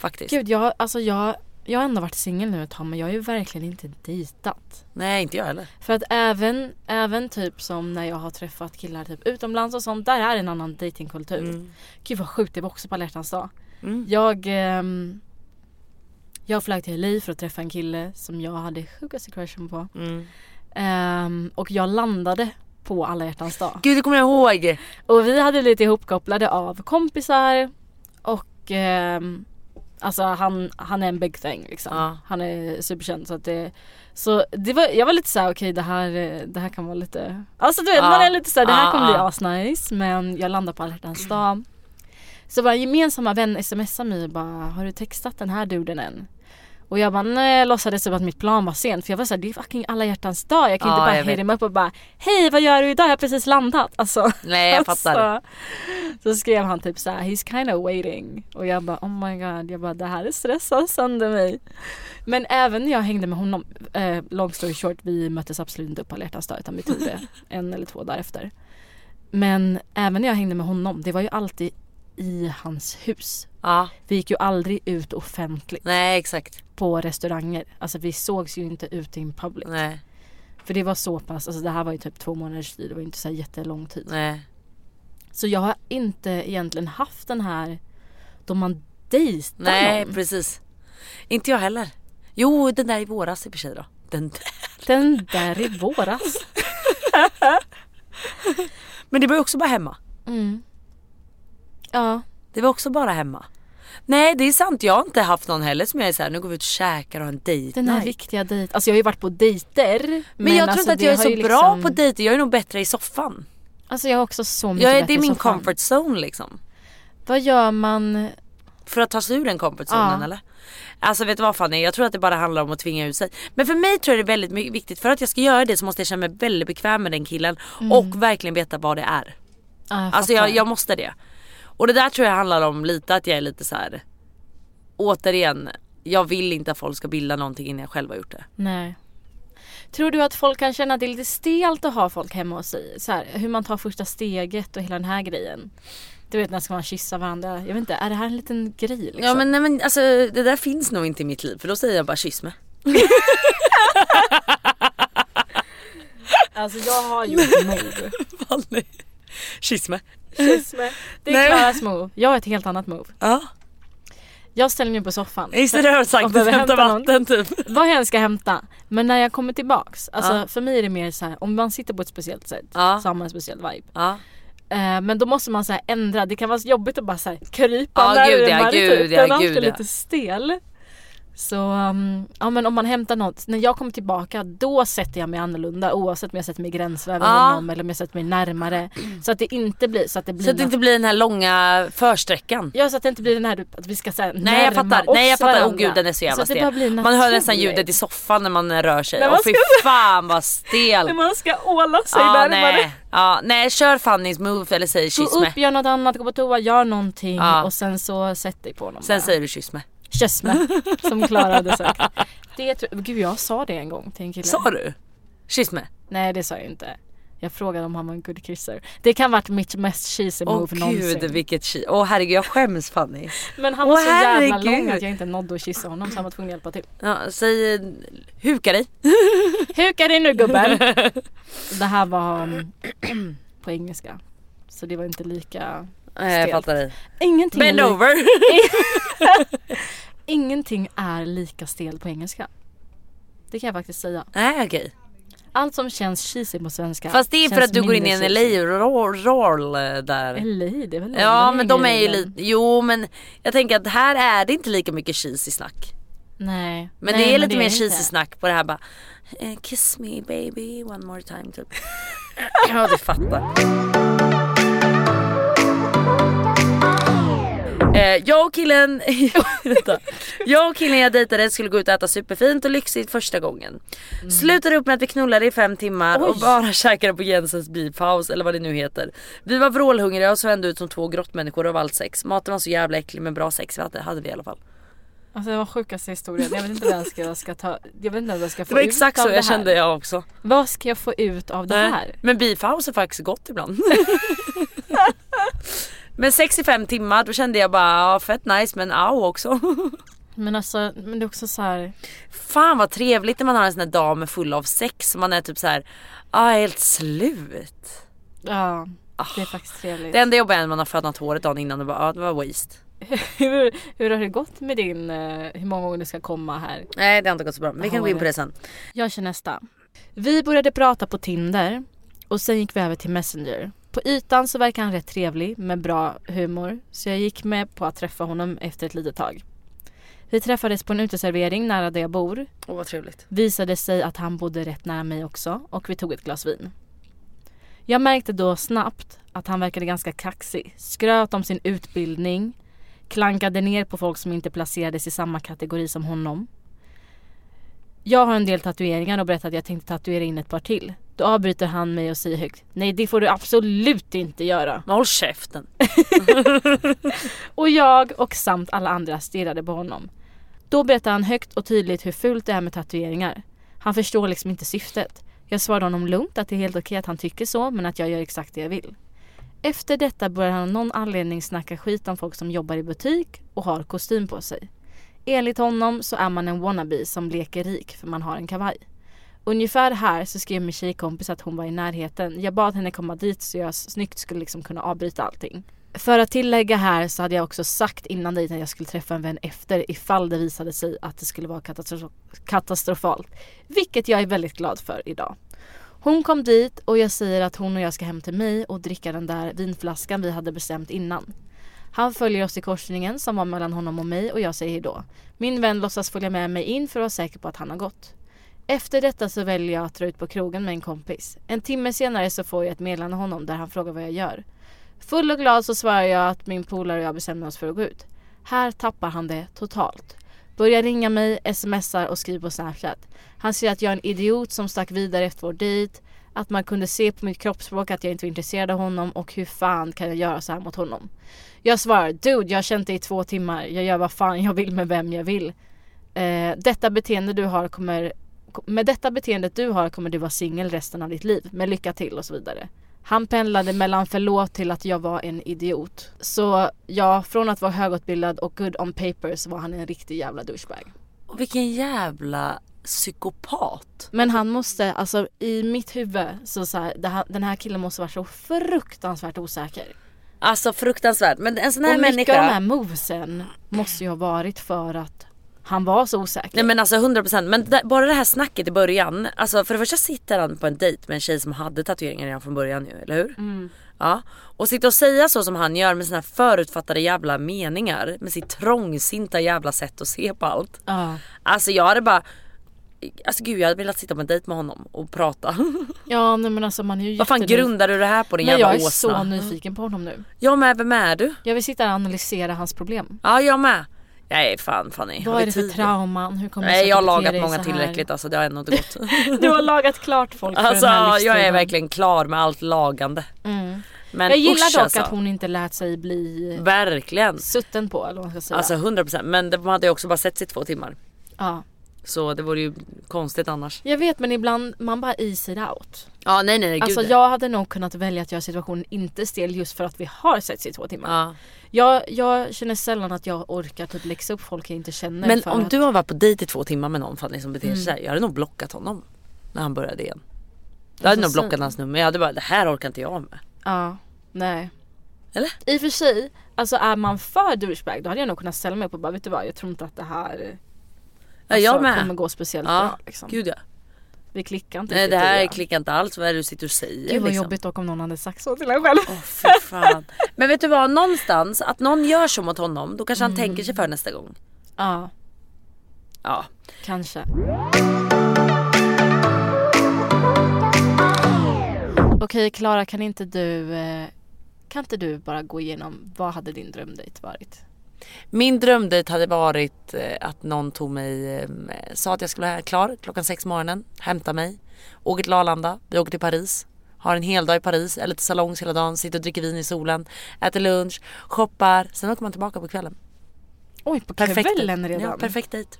Speaker 1: Faktiskt.
Speaker 2: Gud jag, alltså jag, jag har ändå varit singel nu ett tag men jag har ju verkligen inte dejtat.
Speaker 1: Nej inte jag heller.
Speaker 2: För att även, även typ som när jag har träffat killar typ utomlands och sånt, där är en annan datingkultur. Gud vad sjukt, det var också på alla hjärtans dag. Jag, ehm, jag flög till LA för att träffa en kille som jag hade sjukaste crushen på.
Speaker 1: Mm.
Speaker 2: Ehm, och jag landade på alla hjärtans dag.
Speaker 1: Gud det kommer jag ihåg!
Speaker 2: Och vi hade lite ihopkopplade av kompisar och ehm, alltså han, han är en big thing liksom.
Speaker 1: Ja.
Speaker 2: Han är superkänd så att det så det var, jag var lite såhär okej det här, eh, det här kan vara lite, alltså du vet
Speaker 1: Ja.
Speaker 2: man är lite såhär det här
Speaker 1: Ja,
Speaker 2: kommer bli
Speaker 1: ja.
Speaker 2: asnice men jag landar på alla hjärtans dag. Så vår gemensamma vän smsar mig och bara har du textat den här duden än? Och jag bara nej jag låtsades typ att mitt plan var sent för jag var såhär det är fucking alla hjärtans dag jag kan
Speaker 1: Ja,
Speaker 2: inte
Speaker 1: jag
Speaker 2: bara
Speaker 1: vet.
Speaker 2: hejda mig upp och bara hej vad gör du idag jag har precis landat alltså.
Speaker 1: Nej jag fattar.
Speaker 2: Alltså, så skrev han typ så här, he's kind of waiting. Och jag bara, oh my god, jag bara, det här stressar sönder mig. Men även när jag hängde med honom, eh, long story short, vi möttes absolut inte upp på alla hjärtans dag utan vi tog det en eller två dagar efter. Men även när jag hängde med honom, det var ju alltid i hans hus.
Speaker 1: Ja,
Speaker 2: Vi gick ju aldrig ut offentligt
Speaker 1: nej exakt.
Speaker 2: på restauranger. Alltså vi sågs ju inte ute in public.
Speaker 1: Nej,
Speaker 2: För det var så pass, alltså det här var ju typ två månaders tid, det var ju inte så här jättelång tid.
Speaker 1: nej.
Speaker 2: Så jag har inte egentligen haft den här då man dejtar
Speaker 1: Nej
Speaker 2: någon.
Speaker 1: precis. Inte jag heller. Jo den där i våras i och för sig då. Den där.
Speaker 2: Den där i våras.
Speaker 1: Men det var ju också bara hemma.
Speaker 2: Ja.
Speaker 1: Det var också bara hemma. Nej det är sant, jag har inte haft någon heller som jag är såhär, nu går vi ut och käkar och har en dejt
Speaker 2: Den här
Speaker 1: night.
Speaker 2: riktiga dejten. Alltså jag har ju varit på dejter. Men,
Speaker 1: Men, jag tror
Speaker 2: alltså
Speaker 1: inte att
Speaker 2: det
Speaker 1: jag är
Speaker 2: har
Speaker 1: så
Speaker 2: ju
Speaker 1: bra
Speaker 2: liksom-
Speaker 1: på dejter, jag är nog bättre i soffan.
Speaker 2: Alltså jag har också så mycket
Speaker 1: Jag är,
Speaker 2: bättre
Speaker 1: det är min
Speaker 2: soffan.
Speaker 1: comfort zone liksom.
Speaker 2: Vad gör man?
Speaker 1: För att ta sig ur den comfortzonen
Speaker 2: Ja.
Speaker 1: eller? Alltså vet du vad Fanny, jag tror att det bara handlar om att tvinga ut sig. Men för mig tror jag det är väldigt my- viktigt, för att jag ska göra det så måste jag känna mig väldigt bekväm med den killen och verkligen veta vad det är.
Speaker 2: Ja, Ah, jag
Speaker 1: Alltså
Speaker 2: fattar.
Speaker 1: jag, jag måste det. Och det där tror jag handlar om lite att jag är lite så här. återigen, jag vill inte att folk ska bilda någonting innan jag själv har gjort det.
Speaker 2: Nej. Tror du att folk kan känna att det är lite stelt att ha folk hemma hos sig? Så här, hur man tar första steget och hela den här grejen. Du vet när ska man kyssa varandra? Jag vet inte, är det här en liten grej liksom?
Speaker 1: Ja men, nej, men alltså, det där finns nog inte i mitt liv för då säger jag bara kyss mig.
Speaker 2: Alltså jag har gjort move.
Speaker 1: kyss mig.
Speaker 2: Det
Speaker 1: Nej.
Speaker 2: är Klaras move. Jag har ett helt annat move.
Speaker 1: Ja,
Speaker 2: Jag ställer mig på soffan.
Speaker 1: just det, det har du sagt.
Speaker 2: Och
Speaker 1: Du ska
Speaker 2: behöver
Speaker 1: hämta
Speaker 2: hämta någon.
Speaker 1: vatten typ.
Speaker 2: Vad jag än ska hämta. Men när jag kommer tillbaks. Alltså
Speaker 1: Ja.
Speaker 2: för mig är det mer så här, om man sitter på ett speciellt sätt
Speaker 1: Ja.
Speaker 2: så har man en speciell vibe.
Speaker 1: Ja,
Speaker 2: Eh, men då måste man så här ändra. Det kan vara jobbigt att bara så här krypa
Speaker 1: Ja,
Speaker 2: när
Speaker 1: gud ja,
Speaker 2: man är
Speaker 1: gud
Speaker 2: typ.
Speaker 1: ja,
Speaker 2: Den är
Speaker 1: gud
Speaker 2: alltid
Speaker 1: ja.
Speaker 2: lite stel. Så um, ja men om man hämtar något, när jag kommer tillbaka då sätter jag mig annorlunda oavsett om jag sätter mig i gränsvägen
Speaker 1: Ja.
Speaker 2: honom eller om jag sätter mig närmare. Så att det inte blir så att det blir
Speaker 1: så att det
Speaker 2: något-
Speaker 1: inte blir den här långa försträckan.
Speaker 2: Ja så att det inte blir den här typ att vi ska säga
Speaker 1: Nej jag fattar, nej jag fattar, åh gud den är så jävla
Speaker 2: det bara blir
Speaker 1: stel. Man hör nästan
Speaker 2: naturligt.
Speaker 1: ljudet i soffan när man rör sig.
Speaker 2: När
Speaker 1: Åh
Speaker 2: man
Speaker 1: fy
Speaker 2: ska-
Speaker 1: fan vad stel.
Speaker 2: När man ska åla sig
Speaker 1: Ja,
Speaker 2: närmare.
Speaker 1: nej. Ja, nej kör Fannys move eller säg
Speaker 2: Gå
Speaker 1: kyss mig.
Speaker 2: upp, gör något annat, gå på toa, gör någonting
Speaker 1: Ja.
Speaker 2: och sen så sätt dig på honom
Speaker 1: Sen
Speaker 2: bara.
Speaker 1: säger du kyss mig.
Speaker 2: Kyss mig, som Klara hade sagt. Det tror- Gud jag sa det en gång till en kille.
Speaker 1: Sa du? Kyss mig.
Speaker 2: Nej det sa jag inte. Jag frågade om han var en good kisser. Det kan varit mitt mest cheesy
Speaker 1: Åh
Speaker 2: move någonsin.
Speaker 1: gud vilket kyss. Åh herregud jag skäms Fanny.
Speaker 2: Men han var
Speaker 1: Åh,
Speaker 2: så jävla
Speaker 1: herregud.
Speaker 2: lång att jag inte nådde att kyssa honom så han var tvungen att hjälpa till.
Speaker 1: Ja, säg eh, huka dig.
Speaker 2: Huka dig nu gubben. det här var um, på engelska. Så det var inte lika
Speaker 1: Nej jag
Speaker 2: Stelt.
Speaker 1: fattar dig.
Speaker 2: Ingenting,
Speaker 1: Bend
Speaker 2: är li-
Speaker 1: over.
Speaker 2: ingenting är lika stelt på engelska. Det kan jag faktiskt säga.
Speaker 1: Nej okej.
Speaker 2: Allt som känns cheesy på svenska
Speaker 1: Fast det är för
Speaker 2: känns
Speaker 1: att du går in i
Speaker 2: mindre
Speaker 1: en
Speaker 2: cheesy.
Speaker 1: LA-roll där.
Speaker 2: LA, det är väl
Speaker 1: Ja
Speaker 2: den
Speaker 1: men de är ju
Speaker 2: grejen.
Speaker 1: lite, jo men jag tänker att här är det inte lika mycket cheesy snack.
Speaker 2: Nej.
Speaker 1: Men
Speaker 2: Nej,
Speaker 1: det är lite mer
Speaker 2: inte.
Speaker 1: cheesy snack på det här bara eh, Kiss me baby one more time typ. ja du fattar. Eh, jag och killen, Vänta. jag och killen jag dejtade skulle gå ut och äta superfint och lyxigt första gången. Slutade upp med att vi knullade i fem timmar och bara käkade på Jensens beefhouse eller vad det nu heter. Vi var vrålhungriga och såg ändå ut som två grottmänniskor av allt sex. Maten var så jävla äcklig men bra sex vi hade, hade vi i alla fall.
Speaker 2: Alltså det var sjukaste historien. Jag vet inte vad jag ska, jag ska ta, jag vet inte vad jag ska få
Speaker 1: Det var
Speaker 2: ut
Speaker 1: exakt
Speaker 2: av
Speaker 1: så
Speaker 2: det
Speaker 1: jag
Speaker 2: här.
Speaker 1: kände jag också.
Speaker 2: Vad ska jag få ut av det här?
Speaker 1: Men beefhouse är faktiskt gott ibland. men 65 timmar då kände jag bara ja, fett nice men au också.
Speaker 2: Men alltså, men det är också så här.
Speaker 1: Fan vad trevligt när man har en sån här dag med full av sex och man är typ så här, ah, jag är helt slut.
Speaker 2: ja.
Speaker 1: Ah.
Speaker 2: Det är faktiskt trevligt.
Speaker 1: Det enda jobbiga är när man har fönat håret dagen innan och bara, ja ah, det var waste.
Speaker 2: hur, hur har det gått med din, eh, hur många gånger du ska komma här?
Speaker 1: Nej det har inte gått så bra, men vi kan gå in på det sen.
Speaker 2: Jag kör nästa. Vi började prata på Tinder och sen gick vi över till Messenger. På ytan så verkar han rätt trevlig med bra humor så jag gick med på att träffa honom efter ett litet tag. Vi träffades på en uteservering nära där jag bor.
Speaker 1: Åh vad trevligt.
Speaker 2: Visade sig att han bodde rätt nära mig också och vi tog ett glas vin. Jag märkte då snabbt att han verkade ganska kaxig. Skröt om sin utbildning, klankade ner på folk som inte placerades i samma kategori som honom. Jag har en del tatueringar och berättar att jag tänkte tatuera in ett par till. Då avbryter han mig och säger högt Nej det får du absolut inte göra.
Speaker 1: Men håll käften.
Speaker 2: Och jag och samt alla andra stirrade på honom. Då berättar han högt och tydligt hur fult det är med tatueringar. Han förstår liksom inte syftet. Jag svarade honom lugnt att det är helt okej att han tycker så men att jag gör exakt det jag vill. Efter detta börjar han av någon anledning snacka skit om folk som jobbar i butik och har kostym på sig. Enligt honom så är man en wannabe som leker rik för man har en kavaj. Ungefär här så skrev min tjejkompis att hon var i närheten. Jag bad henne komma dit så jag snyggt skulle liksom kunna avbryta allting. För att tillägga här så hade jag också sagt innan dejten att jag skulle träffa en vän efter ifall det visade sig att det skulle vara katastro- katastrofalt. Vilket jag är väldigt glad för idag. Hon kom dit och jag säger att hon och jag ska hem till mig och dricka den där vinflaskan vi hade bestämt innan. Han följer oss i korsningen som var mellan honom och mig och jag säger då. Min vän låtsas följa med mig in för att vara säker på att han har gått. Efter detta så väljer jag att dra ut på krogen med en kompis. En timme senare så får jag ett meddelande av honom där han frågar vad jag gör. Full och glad så svarar jag att min polare och jag bestämmer oss för att gå ut. Här tappar han det totalt. Börjar ringa mig, smsar och skriver på Snapchat. Han säger att jag är en idiot som stack vidare efter vår dejt, att man kunde se på mitt kroppsspråk att jag inte var intresserad av honom och hur fan kan jag göra så här mot honom? Jag svarar, dude jag har känt dig i två timmar, jag gör vad fan jag vill med vem jag vill. Eh, detta beteende du har kommer, med detta beteendet du har kommer du vara singel resten av ditt liv. Men lycka till och så vidare. Han pendlade mellan förlåt till att jag var en idiot. Så ja, från att vara högutbildad och good on paper så var han en riktig jävla douchebag.
Speaker 1: Och vilken jävla psykopat.
Speaker 2: Men han måste, alltså i mitt huvud så, så här, det här, den här killen måste vara så fruktansvärt osäker.
Speaker 1: Alltså fruktansvärt. Men en sån här
Speaker 2: och mycket av de här
Speaker 1: människa.
Speaker 2: movesen måste ju ha varit för att han var så osäker.
Speaker 1: Nej men alltså 100% men där, bara det här snacket i början. Alltså för det första sitter han på en dejt med en tjej som hade tatueringar redan från början ju, eller hur?
Speaker 2: Mm.
Speaker 1: Ja. Och sitta och säga så som han gör med sina förutfattade jävla meningar. Med sitt trångsinta jävla sätt att se på allt.
Speaker 2: Ja.
Speaker 1: Alltså jag hade bara Alltså gud jag hade velat sitta på en dejt med honom och prata.
Speaker 2: Ja nej, men alltså man är ju
Speaker 1: Vad fan
Speaker 2: jättenyf-
Speaker 1: grundar du det här på din
Speaker 2: Men
Speaker 1: jävla
Speaker 2: jag är
Speaker 1: åsna?
Speaker 2: så nyfiken på honom nu.
Speaker 1: Jag med, vem är du?
Speaker 2: Jag vill sitta här och analysera hans problem.
Speaker 1: Ja jag med. Nej fan Fanny. har
Speaker 2: Vad
Speaker 1: vi
Speaker 2: är det för
Speaker 1: tid?
Speaker 2: trauman? Hur kommer det sig
Speaker 1: Nej
Speaker 2: att
Speaker 1: jag har
Speaker 2: du
Speaker 1: lagat
Speaker 2: beter dig så
Speaker 1: många
Speaker 2: här?
Speaker 1: tillräckligt alltså det har ändå inte gått.
Speaker 2: Du har lagat klart folk för
Speaker 1: Alltså
Speaker 2: den här
Speaker 1: jag är
Speaker 2: livstiden.
Speaker 1: verkligen klar med allt lagande. Men
Speaker 2: Mm. Jag gillar
Speaker 1: usch,
Speaker 2: dock
Speaker 1: alltså.
Speaker 2: att hon inte lät sig bli
Speaker 1: Verkligen.
Speaker 2: sutten på eller vad man ska säga.
Speaker 1: Alltså 100% men de hade ju också bara sett sig i två timmar.
Speaker 2: ja.
Speaker 1: Så det vore ju konstigt annars.
Speaker 2: Jag vet men ibland man bara easy it out.
Speaker 1: Ja nej nej, nej
Speaker 2: Alltså
Speaker 1: gud.
Speaker 2: jag hade nog kunnat välja att göra situationen inte stel just för att vi har sett i två timmar.
Speaker 1: Ja.
Speaker 2: Jag, jag känner sällan att jag orkar typ läxa upp folk jag inte känner.
Speaker 1: Men
Speaker 2: för
Speaker 1: om
Speaker 2: att, Mm.
Speaker 1: du har varit på dejt i två timmar med någon Fanny som beter sig såhär, jag hade nog blockat honom. När han började igen. Jag hade nog
Speaker 2: Intressant.
Speaker 1: blockat hans nummer, jag hade bara det här orkar inte jag med.
Speaker 2: Ja, nej.
Speaker 1: Eller?
Speaker 2: I och för sig, alltså är man för douchebag då hade jag nog kunnat ställa mig upp och bara vet du vad jag tror inte att det här
Speaker 1: Ja, jag med.
Speaker 2: kommer gå speciellt
Speaker 1: ja,
Speaker 2: bra. Liksom.
Speaker 1: gud ja.
Speaker 2: Vi klickar inte
Speaker 1: Nej det
Speaker 2: riktigt i
Speaker 1: här
Speaker 2: det.
Speaker 1: klickar inte alls, vad är det du sitter och säger
Speaker 2: Gud vad
Speaker 1: liksom?
Speaker 2: jobbigt dock om någon hade sagt så till en själv.
Speaker 1: Åh, fy fan. Men vet du vad, någonstans att någon gör så mot honom, då kanske han tänker sig för nästa gång.
Speaker 2: Ja,
Speaker 1: Mm. Ja.
Speaker 2: kanske. Okej Klara kan inte du eh, kan inte du bara gå igenom vad hade din drömdejt varit?
Speaker 1: Min drömdejt hade varit eh, att någon tog mig, eh, sa att jag skulle vara klar klockan sex på morgonen, hämta mig, åker till Arlanda, vi åker till Paris, har en hel dag i Paris, eller till salongs hela dagen, sitter och dricker vin i solen, äter lunch, shoppar, sen åker man tillbaka på kvällen.
Speaker 2: Oj, på
Speaker 1: Perfekt.
Speaker 2: kvällen redan?
Speaker 1: Ja, perfekt dejt.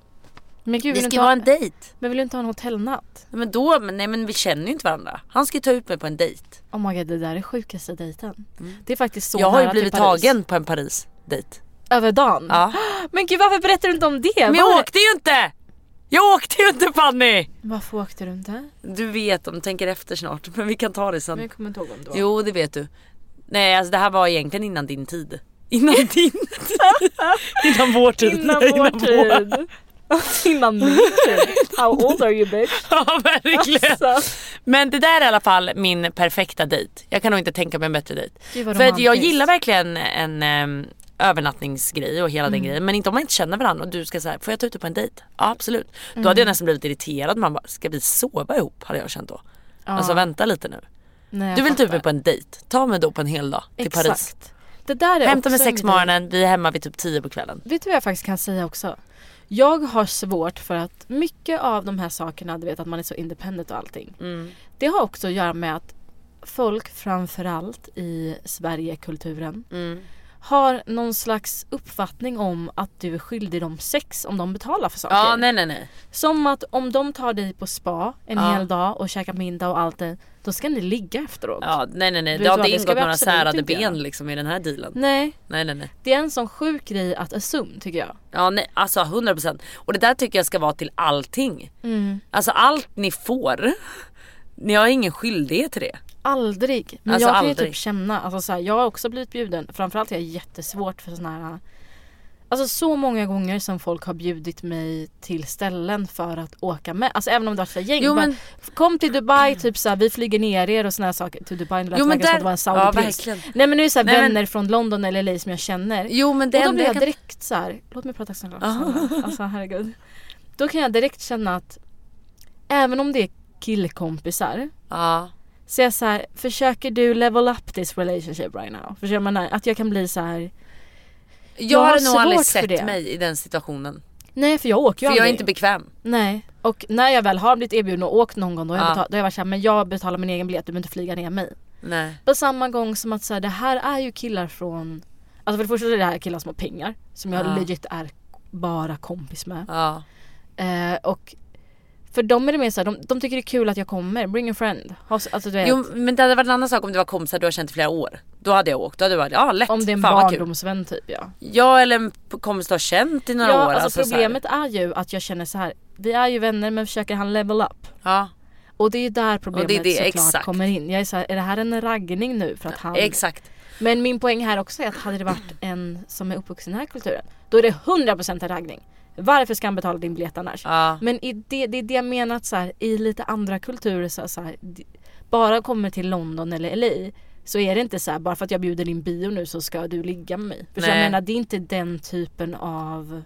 Speaker 2: Men gud,
Speaker 1: Vi
Speaker 2: vill du
Speaker 1: ska
Speaker 2: inte
Speaker 1: ju ha en dejt.
Speaker 2: Men vill du inte ha en hotellnatt?
Speaker 1: Nej, Men då, men- nej men vi känner ju inte varandra. Han ska ju ta ut mig på en dejt.
Speaker 2: Oh my god, det där är sjukaste dejten. Det är faktiskt så
Speaker 1: Mm. Jag har
Speaker 2: nära
Speaker 1: ju blivit
Speaker 2: till Paris.
Speaker 1: tagen på en Paris dejt.
Speaker 2: Över dagen?
Speaker 1: Ja.
Speaker 2: Men gud varför berättar du inte om det?
Speaker 1: Men jag
Speaker 2: Var-
Speaker 1: åkte ju inte! Jag åkte ju inte Fanny!
Speaker 2: Varför åkte du inte?
Speaker 1: Du vet, de tänker efter snart men vi kan ta det
Speaker 2: Men
Speaker 1: sen.
Speaker 2: jag kommer inte ihåg om det var.
Speaker 1: Jo det vet du. Nej alltså det här var egentligen innan din tid. Innan din tid. Innan vår tid.
Speaker 2: Innan
Speaker 1: Nej,
Speaker 2: vår tid. Innan min tid. How old are you bitch?
Speaker 1: Ja verkligen.
Speaker 2: Alltså,
Speaker 1: Men det där är i alla fall min perfekta dejt. Jag kan nog inte tänka mig en bättre dejt.
Speaker 2: Gud, vad
Speaker 1: För att jag
Speaker 2: romantiskt.
Speaker 1: gillar verkligen en ehm, övernattningsgrej och hela den
Speaker 2: Mm.
Speaker 1: grejen. Men inte om man inte känner varandra och du ska säga, får jag ta ut dig på en dejt? Ja absolut. Då
Speaker 2: Mm.
Speaker 1: hade jag nästan blivit irriterad. Man bara, ska vi sova ihop? Hade jag känt då. Alltså vänta lite nu.
Speaker 2: nej, jag
Speaker 1: Du vill ta ut
Speaker 2: fattar.
Speaker 1: mig på en dejt. Ta mig då på en hel dag till
Speaker 2: Exakt.
Speaker 1: Paris.
Speaker 2: Det där är
Speaker 1: Hämta mig
Speaker 2: också
Speaker 1: sex
Speaker 2: en
Speaker 1: på morgonen, vi är hemma vid typ tio på kvällen.
Speaker 2: Vet du vad jag faktiskt kan säga också? Jag har svårt för att mycket av de här sakerna, du vet att man är så independent och allting.
Speaker 1: Mm.
Speaker 2: Det har också att göra med att folk framförallt i Sverigekulturen
Speaker 1: Mm.
Speaker 2: har någon slags uppfattning om att du är skyldig dem sex om de betalar för saker.
Speaker 1: Ja nej nej nej.
Speaker 2: Som att om de tar dig på spa en
Speaker 1: Ja.
Speaker 2: hel dag och käkar middag och allt det, då ska ni ligga efteråt.
Speaker 1: Ja nej nej nej.
Speaker 2: Vet
Speaker 1: Det
Speaker 2: du
Speaker 1: har
Speaker 2: vad,
Speaker 1: inte
Speaker 2: det ska
Speaker 1: ingått
Speaker 2: vi
Speaker 1: några
Speaker 2: absolut
Speaker 1: särade
Speaker 2: inte göra.
Speaker 1: ben liksom i den här dealen.
Speaker 2: Nej,
Speaker 1: Nej nej nej.
Speaker 2: det är en sån sjuk grej att assume tycker jag.
Speaker 1: Ja nej, alltså 100% och det där tycker jag ska vara till allting.
Speaker 2: Mm.
Speaker 1: Alltså allt ni får, ni har ingen skyldighet till det.
Speaker 2: Aldrig. Men
Speaker 1: Alltså,
Speaker 2: jag kan ju
Speaker 1: aldrig.
Speaker 2: typ känna, alltså så här, jag har också blivit bjuden, framförallt är jag jättesvårt för såna här Alltså så många gånger som folk har bjudit mig till ställen för att åka med. Alltså även om det var så här gäng.
Speaker 1: Jo,
Speaker 2: bara,
Speaker 1: men-
Speaker 2: Kom till Dubai, typ såhär vi flyger ner er och såna här saker. Till Dubai nu lät
Speaker 1: Jo,
Speaker 2: det
Speaker 1: men
Speaker 2: verkligen som
Speaker 1: där-
Speaker 2: att det var en
Speaker 1: Ja,
Speaker 2: saudipris.
Speaker 1: verkligen.
Speaker 2: Nej men nu är det såhär
Speaker 1: Nej, men-
Speaker 2: vänner från London eller LA som jag känner.
Speaker 1: Jo men det
Speaker 2: och då
Speaker 1: enda
Speaker 2: blir jag
Speaker 1: jag kan...
Speaker 2: direkt så här. låt mig prata snälla. snälla. Alltså herregud. Då kan jag direkt känna att även om det är killkompisar
Speaker 1: Ja.
Speaker 2: så jag så här, försöker du level up this relationship right now? Förstår man? Att jag kan bli så här.
Speaker 1: Jag,
Speaker 2: Jag har
Speaker 1: har nog aldrig
Speaker 2: svårt för
Speaker 1: sett
Speaker 2: det.
Speaker 1: mig i den situationen.
Speaker 2: nej för jag åker ju
Speaker 1: För jag är
Speaker 2: aldrig.
Speaker 1: inte bekväm.
Speaker 2: Nej. Och när jag väl har blivit erbjuden och åkt någon gång då har jag,
Speaker 1: Ja.
Speaker 2: betalt, då har jag varit såhär, men jag betalar min egen biljett, du behöver inte flyga ner mig.
Speaker 1: Nej.
Speaker 2: På samma gång som att så här, det här är ju killar från, alltså för det första är det här killar som har pengar, som jag
Speaker 1: Ja.
Speaker 2: legit är bara kompis med.
Speaker 1: Ja.
Speaker 2: Eh, och för dem är det mer såhär, de, de tycker det är kul att jag kommer, bring a friend. Ha- Alltså du vet,
Speaker 1: Jo men det hade varit en annan sak om det var kompisar du har känt i flera år. Då hade jag åkt, då hade du varit ja lätt,
Speaker 2: om det är en
Speaker 1: fan vad kul.
Speaker 2: barndomsvän typ ja.
Speaker 1: Ja eller en p- kompis du har känt i några
Speaker 2: ja,
Speaker 1: år.
Speaker 2: Alltså,
Speaker 1: alltså, så här.
Speaker 2: problemet är ju att jag känner så här. vi är ju vänner men försöker han level up?
Speaker 1: Ja
Speaker 2: Och det är ju där problemet
Speaker 1: det,
Speaker 2: såklart
Speaker 1: exakt.
Speaker 2: kommer in. Jag är så här, är det här en raggning nu för att han...
Speaker 1: exakt.
Speaker 2: Men min poäng här också är att hade det varit en som är uppvuxen i den här kulturen, då är det 100% en raggning. Varför ska han betala din biljett annars?
Speaker 1: Ja.
Speaker 2: Men i det, det är det jag menar att så här, i lite andra kulturer så, så här, d- bara kommer till London eller LA så är det inte så här, bara för att jag bjuder din bio nu så ska du ligga med mig. För jag
Speaker 1: Nej.
Speaker 2: menar det är inte den typen av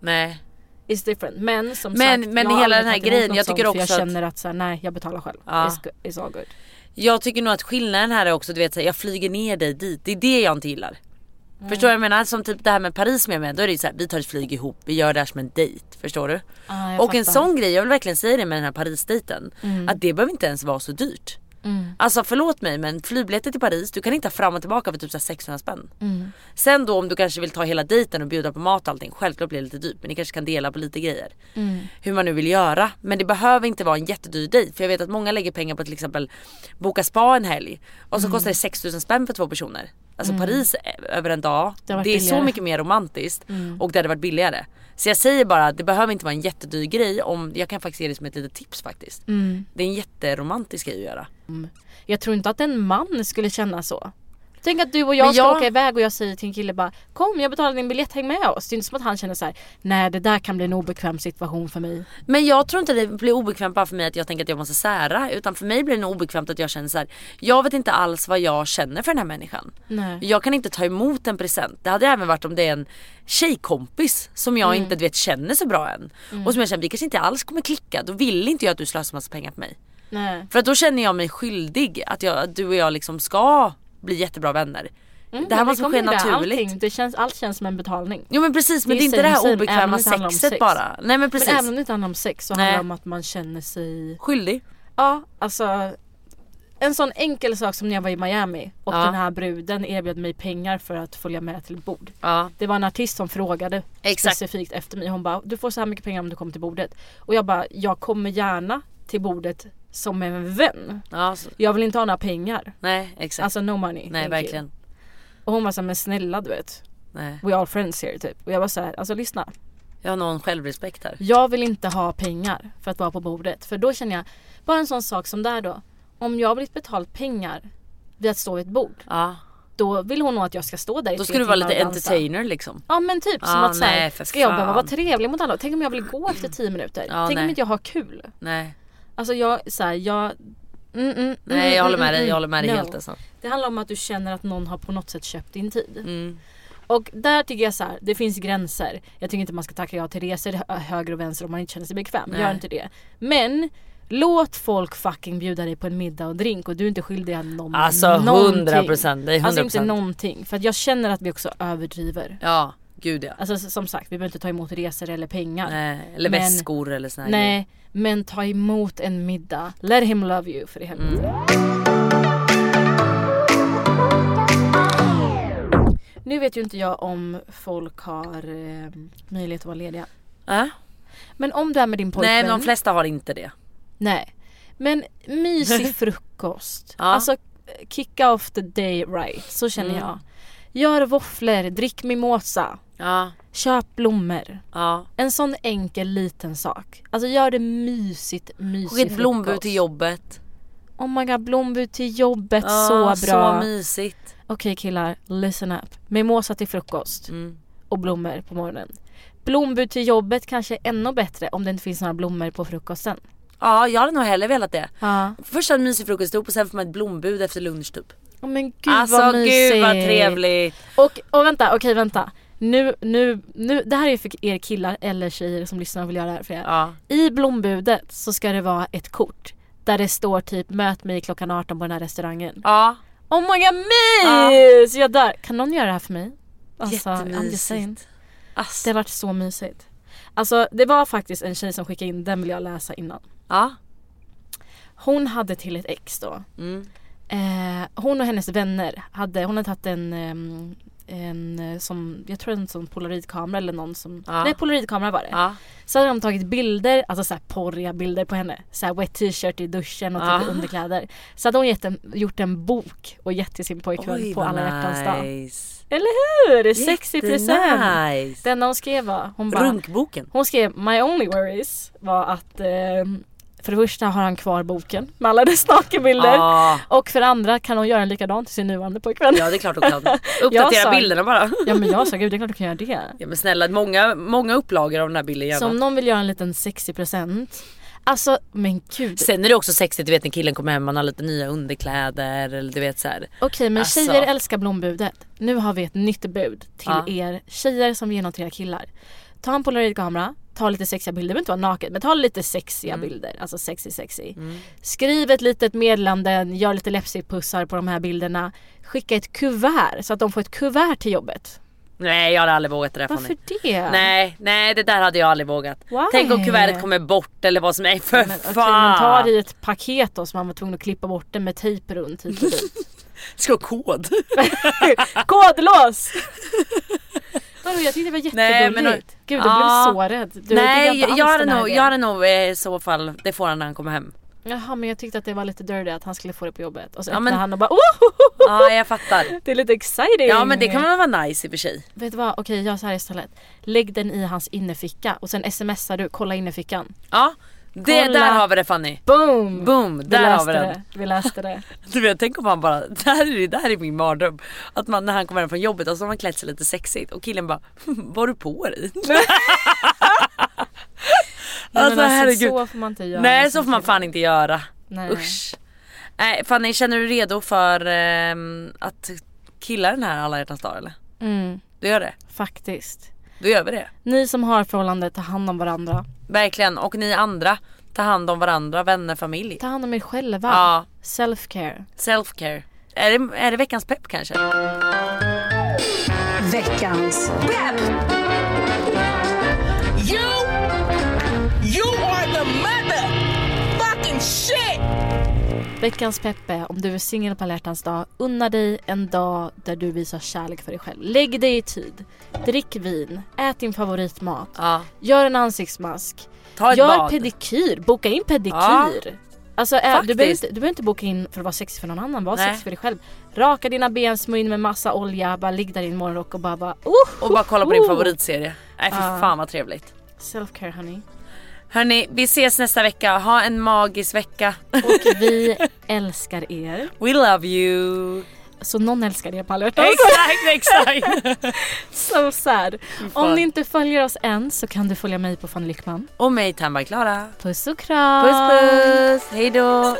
Speaker 1: Nej.
Speaker 2: It's different. Men som
Speaker 1: Men-
Speaker 2: sagt,
Speaker 1: men
Speaker 2: jag har
Speaker 1: hela
Speaker 2: aldrig
Speaker 1: den här
Speaker 2: tagit emot
Speaker 1: grejen,
Speaker 2: något
Speaker 1: jag
Speaker 2: sånt,
Speaker 1: tycker
Speaker 2: för
Speaker 1: också
Speaker 2: jag
Speaker 1: att-
Speaker 2: känner att så här, nej jag betalar själv.
Speaker 1: Ja.
Speaker 2: It's, go- it's all good.
Speaker 1: Jag tycker nog att skillnaden här är också, du vet så här, jag flyger ner dig dit. Det är det jag inte gillar.
Speaker 2: Mm.
Speaker 1: Förstår du vad jag menar? Som typ det här med Paris med mig. Då är det ju så här, vi tar ett flyg ihop, vi gör det här som en dejt. Förstår du?
Speaker 2: Ah, jag
Speaker 1: Och en
Speaker 2: fattar. Mm.
Speaker 1: sån grej, jag vill verkligen säga det med den här Paris-dejten. Att det behöver inte ens vara så dyrt. Alltså förlåt mig men flygbiljetter till Paris, du kan inte ha fram och tillbaka för typ så här 600 spänn.
Speaker 2: Mm.
Speaker 1: Sen då om du kanske vill ta hela dejten och bjuda på mat och allting, självklart blir det lite dyrt men ni kanske kan dela på lite grejer.
Speaker 2: Mm.
Speaker 1: Hur man nu vill göra. Men det behöver inte vara en jättedyr dejt för jag vet att många lägger pengar på till exempel boka spa en helg och
Speaker 2: Mm.
Speaker 1: så kostar det 6000 spänn för två personer. Alltså Paris eh, över en dag,
Speaker 2: Det
Speaker 1: det,
Speaker 2: har varit
Speaker 1: är så
Speaker 2: billigare. Mm.
Speaker 1: mycket mer romantiskt och det hade varit billigare. Så jag säger bara att det behöver inte vara en jättedyr grej om, jag kan faktiskt ge det som ett litet tips faktiskt.
Speaker 2: Mm.
Speaker 1: Det är en jätteromantisk grej att göra.
Speaker 2: Jag tror inte att en man skulle känna så. Tänk att du och jag,
Speaker 1: Men
Speaker 2: ska
Speaker 1: jag-
Speaker 2: åka iväg och jag säger till en kille bara kom jag betalar din biljett, häng med oss. Det är inte som att han känner så här, nej det där kan bli en obekväm situation för mig.
Speaker 1: Men jag tror inte det blir obekvämt bara för mig att jag tänker att jag måste sära utan för mig blir det nog obekvämt att jag känner så här. jag vet inte alls vad jag känner för den här människan.
Speaker 2: Nej.
Speaker 1: Jag kan inte ta emot en present. Det hade även varit om det är en tjejkompis som jag
Speaker 2: Mm.
Speaker 1: inte du vet känner så bra än och som jag känner vi kanske inte alls kommer klicka. Då vill inte jag att du slösar massa pengar på mig.
Speaker 2: Nej.
Speaker 1: För att då känner jag mig skyldig att, jag, att du och jag liksom ska bli jättebra vänner.
Speaker 2: Mm,
Speaker 1: Det här
Speaker 2: men
Speaker 1: måste
Speaker 2: kommer
Speaker 1: ske
Speaker 2: ju där.
Speaker 1: naturligt.
Speaker 2: Allting, det känns, allt känns som en betalning.
Speaker 1: Jo men precis men det är
Speaker 2: same,
Speaker 1: inte det här
Speaker 2: same, även
Speaker 1: obekväma
Speaker 2: om det handlar om
Speaker 1: sexet
Speaker 2: sex.
Speaker 1: bara. Nej men precis.
Speaker 2: Men även om det inte handlar om sex så
Speaker 1: Nej.
Speaker 2: handlar det om att man känner sig
Speaker 1: Skyldig.
Speaker 2: Ja, alltså en sån enkel sak som när jag var i Miami och
Speaker 1: Ja.
Speaker 2: den här bruden erbjöd mig pengar för att följa med till ett bord.
Speaker 1: Ja.
Speaker 2: Det var en artist som frågade
Speaker 1: Exakt.
Speaker 2: specifikt efter mig. Hon bara, du får så här mycket pengar om du kommer till bordet. Och jag bara, jag kommer gärna till bordet som en vän.
Speaker 1: ja så,
Speaker 2: Jag vill inte ha några pengar.
Speaker 1: nej exakt.
Speaker 2: Alltså no money. thank
Speaker 1: nej
Speaker 2: you.
Speaker 1: verkligen.
Speaker 2: Och hon var såhär, men snälla du vet.
Speaker 1: Nej.
Speaker 2: We all friends here typ. Och jag var såhär, alltså lyssna.
Speaker 1: Jag har någon självrespekt här.
Speaker 2: Jag vill inte ha pengar för att vara på bordet. För då känner jag, bara en sån sak som där då. Om jag har blivit betalt pengar vid att stå vid ett bord.
Speaker 1: Ja.
Speaker 2: Då vill hon nog att jag ska stå där i
Speaker 1: Då
Speaker 2: tre
Speaker 1: ska du vara
Speaker 2: timmar
Speaker 1: lite
Speaker 2: och dansa.
Speaker 1: entertainer liksom.
Speaker 2: Ja men typ som
Speaker 1: Ja,
Speaker 2: att såhär,
Speaker 1: nej, för
Speaker 2: ska jag behöva
Speaker 1: fan.
Speaker 2: vara trevlig mot alla? Tänk om jag vill gå efter tio minuter?
Speaker 1: Ja,
Speaker 2: Tänk om
Speaker 1: nej.
Speaker 2: inte jag har kul?
Speaker 1: Nej.
Speaker 2: Alltså jag, såhär, jag... Mm, mm, mm,
Speaker 1: Nej jag håller
Speaker 2: mm,
Speaker 1: med dig,
Speaker 2: mm,
Speaker 1: jag håller med dig
Speaker 2: no.
Speaker 1: helt alltså.
Speaker 2: Det handlar om att du känner att någon har på något sätt köpt din tid.
Speaker 1: Mm.
Speaker 2: Och där tycker jag så här, det finns gränser. Jag tycker inte man ska tacka ja till resor hö- höger och vänster om man inte känner sig bekväm. Gör
Speaker 1: Nej.
Speaker 2: inte det. Men låt folk fucking bjuda dig på en middag och drink och du är inte skyldig att någon
Speaker 1: Alltså,
Speaker 2: någonting.
Speaker 1: 100%, det är
Speaker 2: Alltså inte
Speaker 1: 100%.
Speaker 2: någonting. För att jag känner att vi också överdriver.
Speaker 1: Ja, gud ja.
Speaker 2: Alltså s- som sagt, vi behöver inte ta emot resor eller pengar.
Speaker 1: Nej, eller
Speaker 2: Men-
Speaker 1: väskor eller såna här grejer.
Speaker 2: Nej, men ta emot en middag. Let him love you för i helvete.
Speaker 1: Mm.
Speaker 2: Nu vet ju inte jag om folk har eh, möjlighet att vara lediga.
Speaker 1: Äh?
Speaker 2: Men om du är med din pojkvän.
Speaker 1: Nej men de flesta har inte det.
Speaker 2: Nej. Men mysig frukost.
Speaker 1: Ja. Mm.
Speaker 2: Alltså kick off the day right. Så känner jag. Gör våfflor, drick mimosa,
Speaker 1: Ja,
Speaker 2: köp blommor.
Speaker 1: ja.
Speaker 2: En sån enkel liten sak. Alltså gör det mysigt, mysig
Speaker 1: Skicka ett blombud
Speaker 2: frukost.
Speaker 1: till jobbet.
Speaker 2: Oh my god, blombud till jobbet,
Speaker 1: Ja,
Speaker 2: så
Speaker 1: Så
Speaker 2: bra. Okej
Speaker 1: mysigt.
Speaker 2: killar, listen up. Mimosa till frukost
Speaker 1: Mm.
Speaker 2: och blommor på morgonen. Blombud till jobbet kanske är ännu bättre om det inte finns några blommor på frukosten.
Speaker 1: Ja jag hade nog hellre velat det.
Speaker 2: Ja.
Speaker 1: Först en mysig frukostdop och sen får man ett blombud efter lunch typ.
Speaker 2: Oh, men gud
Speaker 1: alltså
Speaker 2: vad mysigt.
Speaker 1: gud vad trevligt.
Speaker 2: Och, och vänta, okej vänta. Nu, nu, nu, det här är ju för er killar eller tjejer som lyssnar och vill göra det här för er.
Speaker 1: Ja.
Speaker 2: I blombudet så ska det vara ett kort där det står typ möt mig klockan 18 på den här restaurangen.
Speaker 1: Ja.
Speaker 2: Oh my god mys! Jag dör. Kan någon göra det här för mig? Alltså, I'm just saying.
Speaker 1: Jättemysigt. Alltså.
Speaker 2: Det har varit så mysigt. Alltså det var faktiskt en tjej som skickade in, den vill jag läsa innan.
Speaker 1: Ja.
Speaker 2: Hon hade till ett ex då.
Speaker 1: Mm.
Speaker 2: Eh, hon och hennes vänner hade, hon hade tagit en, ehm, en eh, som, jag tror en sån polaroidkamera eller någon som,
Speaker 1: Ja.
Speaker 2: nej polaroidkamera var det.
Speaker 1: Ja.
Speaker 2: Så hade de tagit bilder, alltså såhär porriga bilder på henne. Såhär wet t-shirt i duschen och typ
Speaker 1: Ja.
Speaker 2: underkläder. Så hade hon gett en, gjort en bok och gett till sin pojkvän
Speaker 1: Oj
Speaker 2: på
Speaker 1: vad
Speaker 2: alla hjärtans dag.
Speaker 1: nice.
Speaker 2: Eller hur? 60 present!
Speaker 1: Jättenice.
Speaker 2: Det enda hon skrev var, hon bara,
Speaker 1: Runkboken.
Speaker 2: hon skrev My only worries var att eh, för det första har han kvar boken med alla dess nakenbilder.
Speaker 1: Ja.
Speaker 2: Och för det andra kan hon göra en likadan till sin nuvarande pojkvän.
Speaker 1: Ah. Ja det är klart hon kan.
Speaker 2: Jag sa-
Speaker 1: Uppdatera bilderna bara.
Speaker 2: Ja, men jag sa gud det är klart du kan göra det.
Speaker 1: Ja men snälla många, många upplagor av den här bilden gärna.
Speaker 2: Så om någon vill göra en liten 60% Alltså men gud.
Speaker 1: Sen är det också sexigt du vet när killen kommer hem man har lite nya underkläder eller du vet så här.
Speaker 2: Okej men
Speaker 1: Alltså.
Speaker 2: tjejer älskar blombudet. Nu har vi ett nytt bud till
Speaker 1: Ja.
Speaker 2: er tjejer som ger något till era killar. Ta en polaroidkamera, ta lite sexiga bilder, det behöver inte vara naket men ta lite sexiga
Speaker 1: Mm.
Speaker 2: bilder. Alltså sexy sexy. Skriv ett litet meddelande, gör lite läppstiftpussar på de här bilderna. Skicka ett kuvert så att de får ett kuvert till jobbet.
Speaker 1: Nej jag hade aldrig vågat det där
Speaker 2: Varför
Speaker 1: Fanny.
Speaker 2: det?
Speaker 1: Nej, nej det där hade jag aldrig vågat.
Speaker 2: Why?
Speaker 1: Tänk om kuvertet kommer bort eller vad som är. För
Speaker 2: Men okej, man
Speaker 1: fan!
Speaker 2: tar i ett paket då som man var tvungen att klippa bort det med tejp runt hit och dit.
Speaker 1: Ska ha kod.
Speaker 2: Kodlås! Vadå jag tyckte det var
Speaker 1: Nej,
Speaker 2: jättegulligt.
Speaker 1: men-
Speaker 2: Gud jag
Speaker 1: Ja.
Speaker 2: blev så rädd. Du, jag
Speaker 1: nej
Speaker 2: tyckte inte
Speaker 1: jag, jag
Speaker 2: alls
Speaker 1: hade
Speaker 2: den här
Speaker 1: nog,
Speaker 2: idén.
Speaker 1: jag hade nog eh, i så fall, det får han när han kommer hem.
Speaker 2: Jaha men jag tyckte att det var lite dirty att han skulle få det på jobbet. Och så
Speaker 1: Ja,
Speaker 2: öppnade
Speaker 1: men-
Speaker 2: han och bara oh!
Speaker 1: Ja jag fattar.
Speaker 2: Det är lite exciting.
Speaker 1: Ja men det kan väl vara nice i och för sig.
Speaker 2: Vet du vad, okej gör så här istället. Lägg den i hans innerficka och sen smsar du, kolla innerfickan.
Speaker 1: Ja, det,
Speaker 2: Kolla.
Speaker 1: där har vi det Fanny.
Speaker 2: Boom!
Speaker 1: Boom,
Speaker 2: Vi
Speaker 1: där har
Speaker 2: läste
Speaker 1: vi den.
Speaker 2: det. Vi läste det.
Speaker 1: Du vet, tänk om han bara, det här är, det här är min mardröm. Att man när han kommer hem från jobbet och så har man klätt sig lite sexigt och killen bara, vad har du på dig?
Speaker 2: Nej,
Speaker 1: alltså
Speaker 2: men
Speaker 1: herregud.
Speaker 2: Så får man inte göra.
Speaker 1: Nej
Speaker 2: som
Speaker 1: så får man
Speaker 2: kille.
Speaker 1: fan inte göra.
Speaker 2: Nej.
Speaker 1: Usch. Nej Fanny känner du redo för ehm, att killa den här alla hjärtans dag eller?
Speaker 2: Mm,
Speaker 1: Du gör det?
Speaker 2: faktiskt.
Speaker 1: Då gör vi det.
Speaker 2: Ni som har förhållande, ta hand om varandra.
Speaker 1: Verkligen. Och ni andra, ta hand om varandra, vänner, familj.
Speaker 2: Ta hand om er själva.
Speaker 1: Ja,
Speaker 2: Self-care.
Speaker 1: self care. Är det, är det veckans pepp kanske?
Speaker 8: Veckans pepp! You, you are the mother fucking shit!
Speaker 2: Veckans Peppe, om du är singel på alla hjärtans dag, unna dig en dag där du visar kärlek för dig själv. Lägg dig i tid, drick vin, ät din favoritmat,
Speaker 1: Ja.
Speaker 2: gör en ansiktsmask,
Speaker 1: Ta ett
Speaker 2: gör
Speaker 1: bad.
Speaker 2: pedikyr, boka in pedikyr.
Speaker 1: Ja.
Speaker 2: Alltså, ä- du,
Speaker 1: Faktiskt.
Speaker 2: behöver inte, du behöver inte boka in för att vara sexig för någon annan, var
Speaker 1: Nej.
Speaker 2: sexig för dig själv. Raka dina ben, smörj in med massa olja, bara ligg där i din morgonrock och bara, bara oh,
Speaker 1: Och bara kolla på din
Speaker 2: oh.
Speaker 1: favoritserie. Nej fy
Speaker 2: Ja.
Speaker 1: fan vad trevligt.
Speaker 2: Self-care honey.
Speaker 1: Hörni, vi ses nästa vecka. Ha en magisk vecka.
Speaker 2: Och vi älskar er.
Speaker 1: We love you.
Speaker 2: Så någon älskar er på alla hjärtans dag.
Speaker 1: Exakt, exakt.
Speaker 2: So sad.
Speaker 1: fan.
Speaker 2: Om ni inte följer oss än så kan du följa mig på Fanny Lyckman.
Speaker 1: Och mig Tamba Klara.
Speaker 2: Puss och kram!
Speaker 1: Puss puss. Hej då.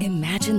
Speaker 5: Imagine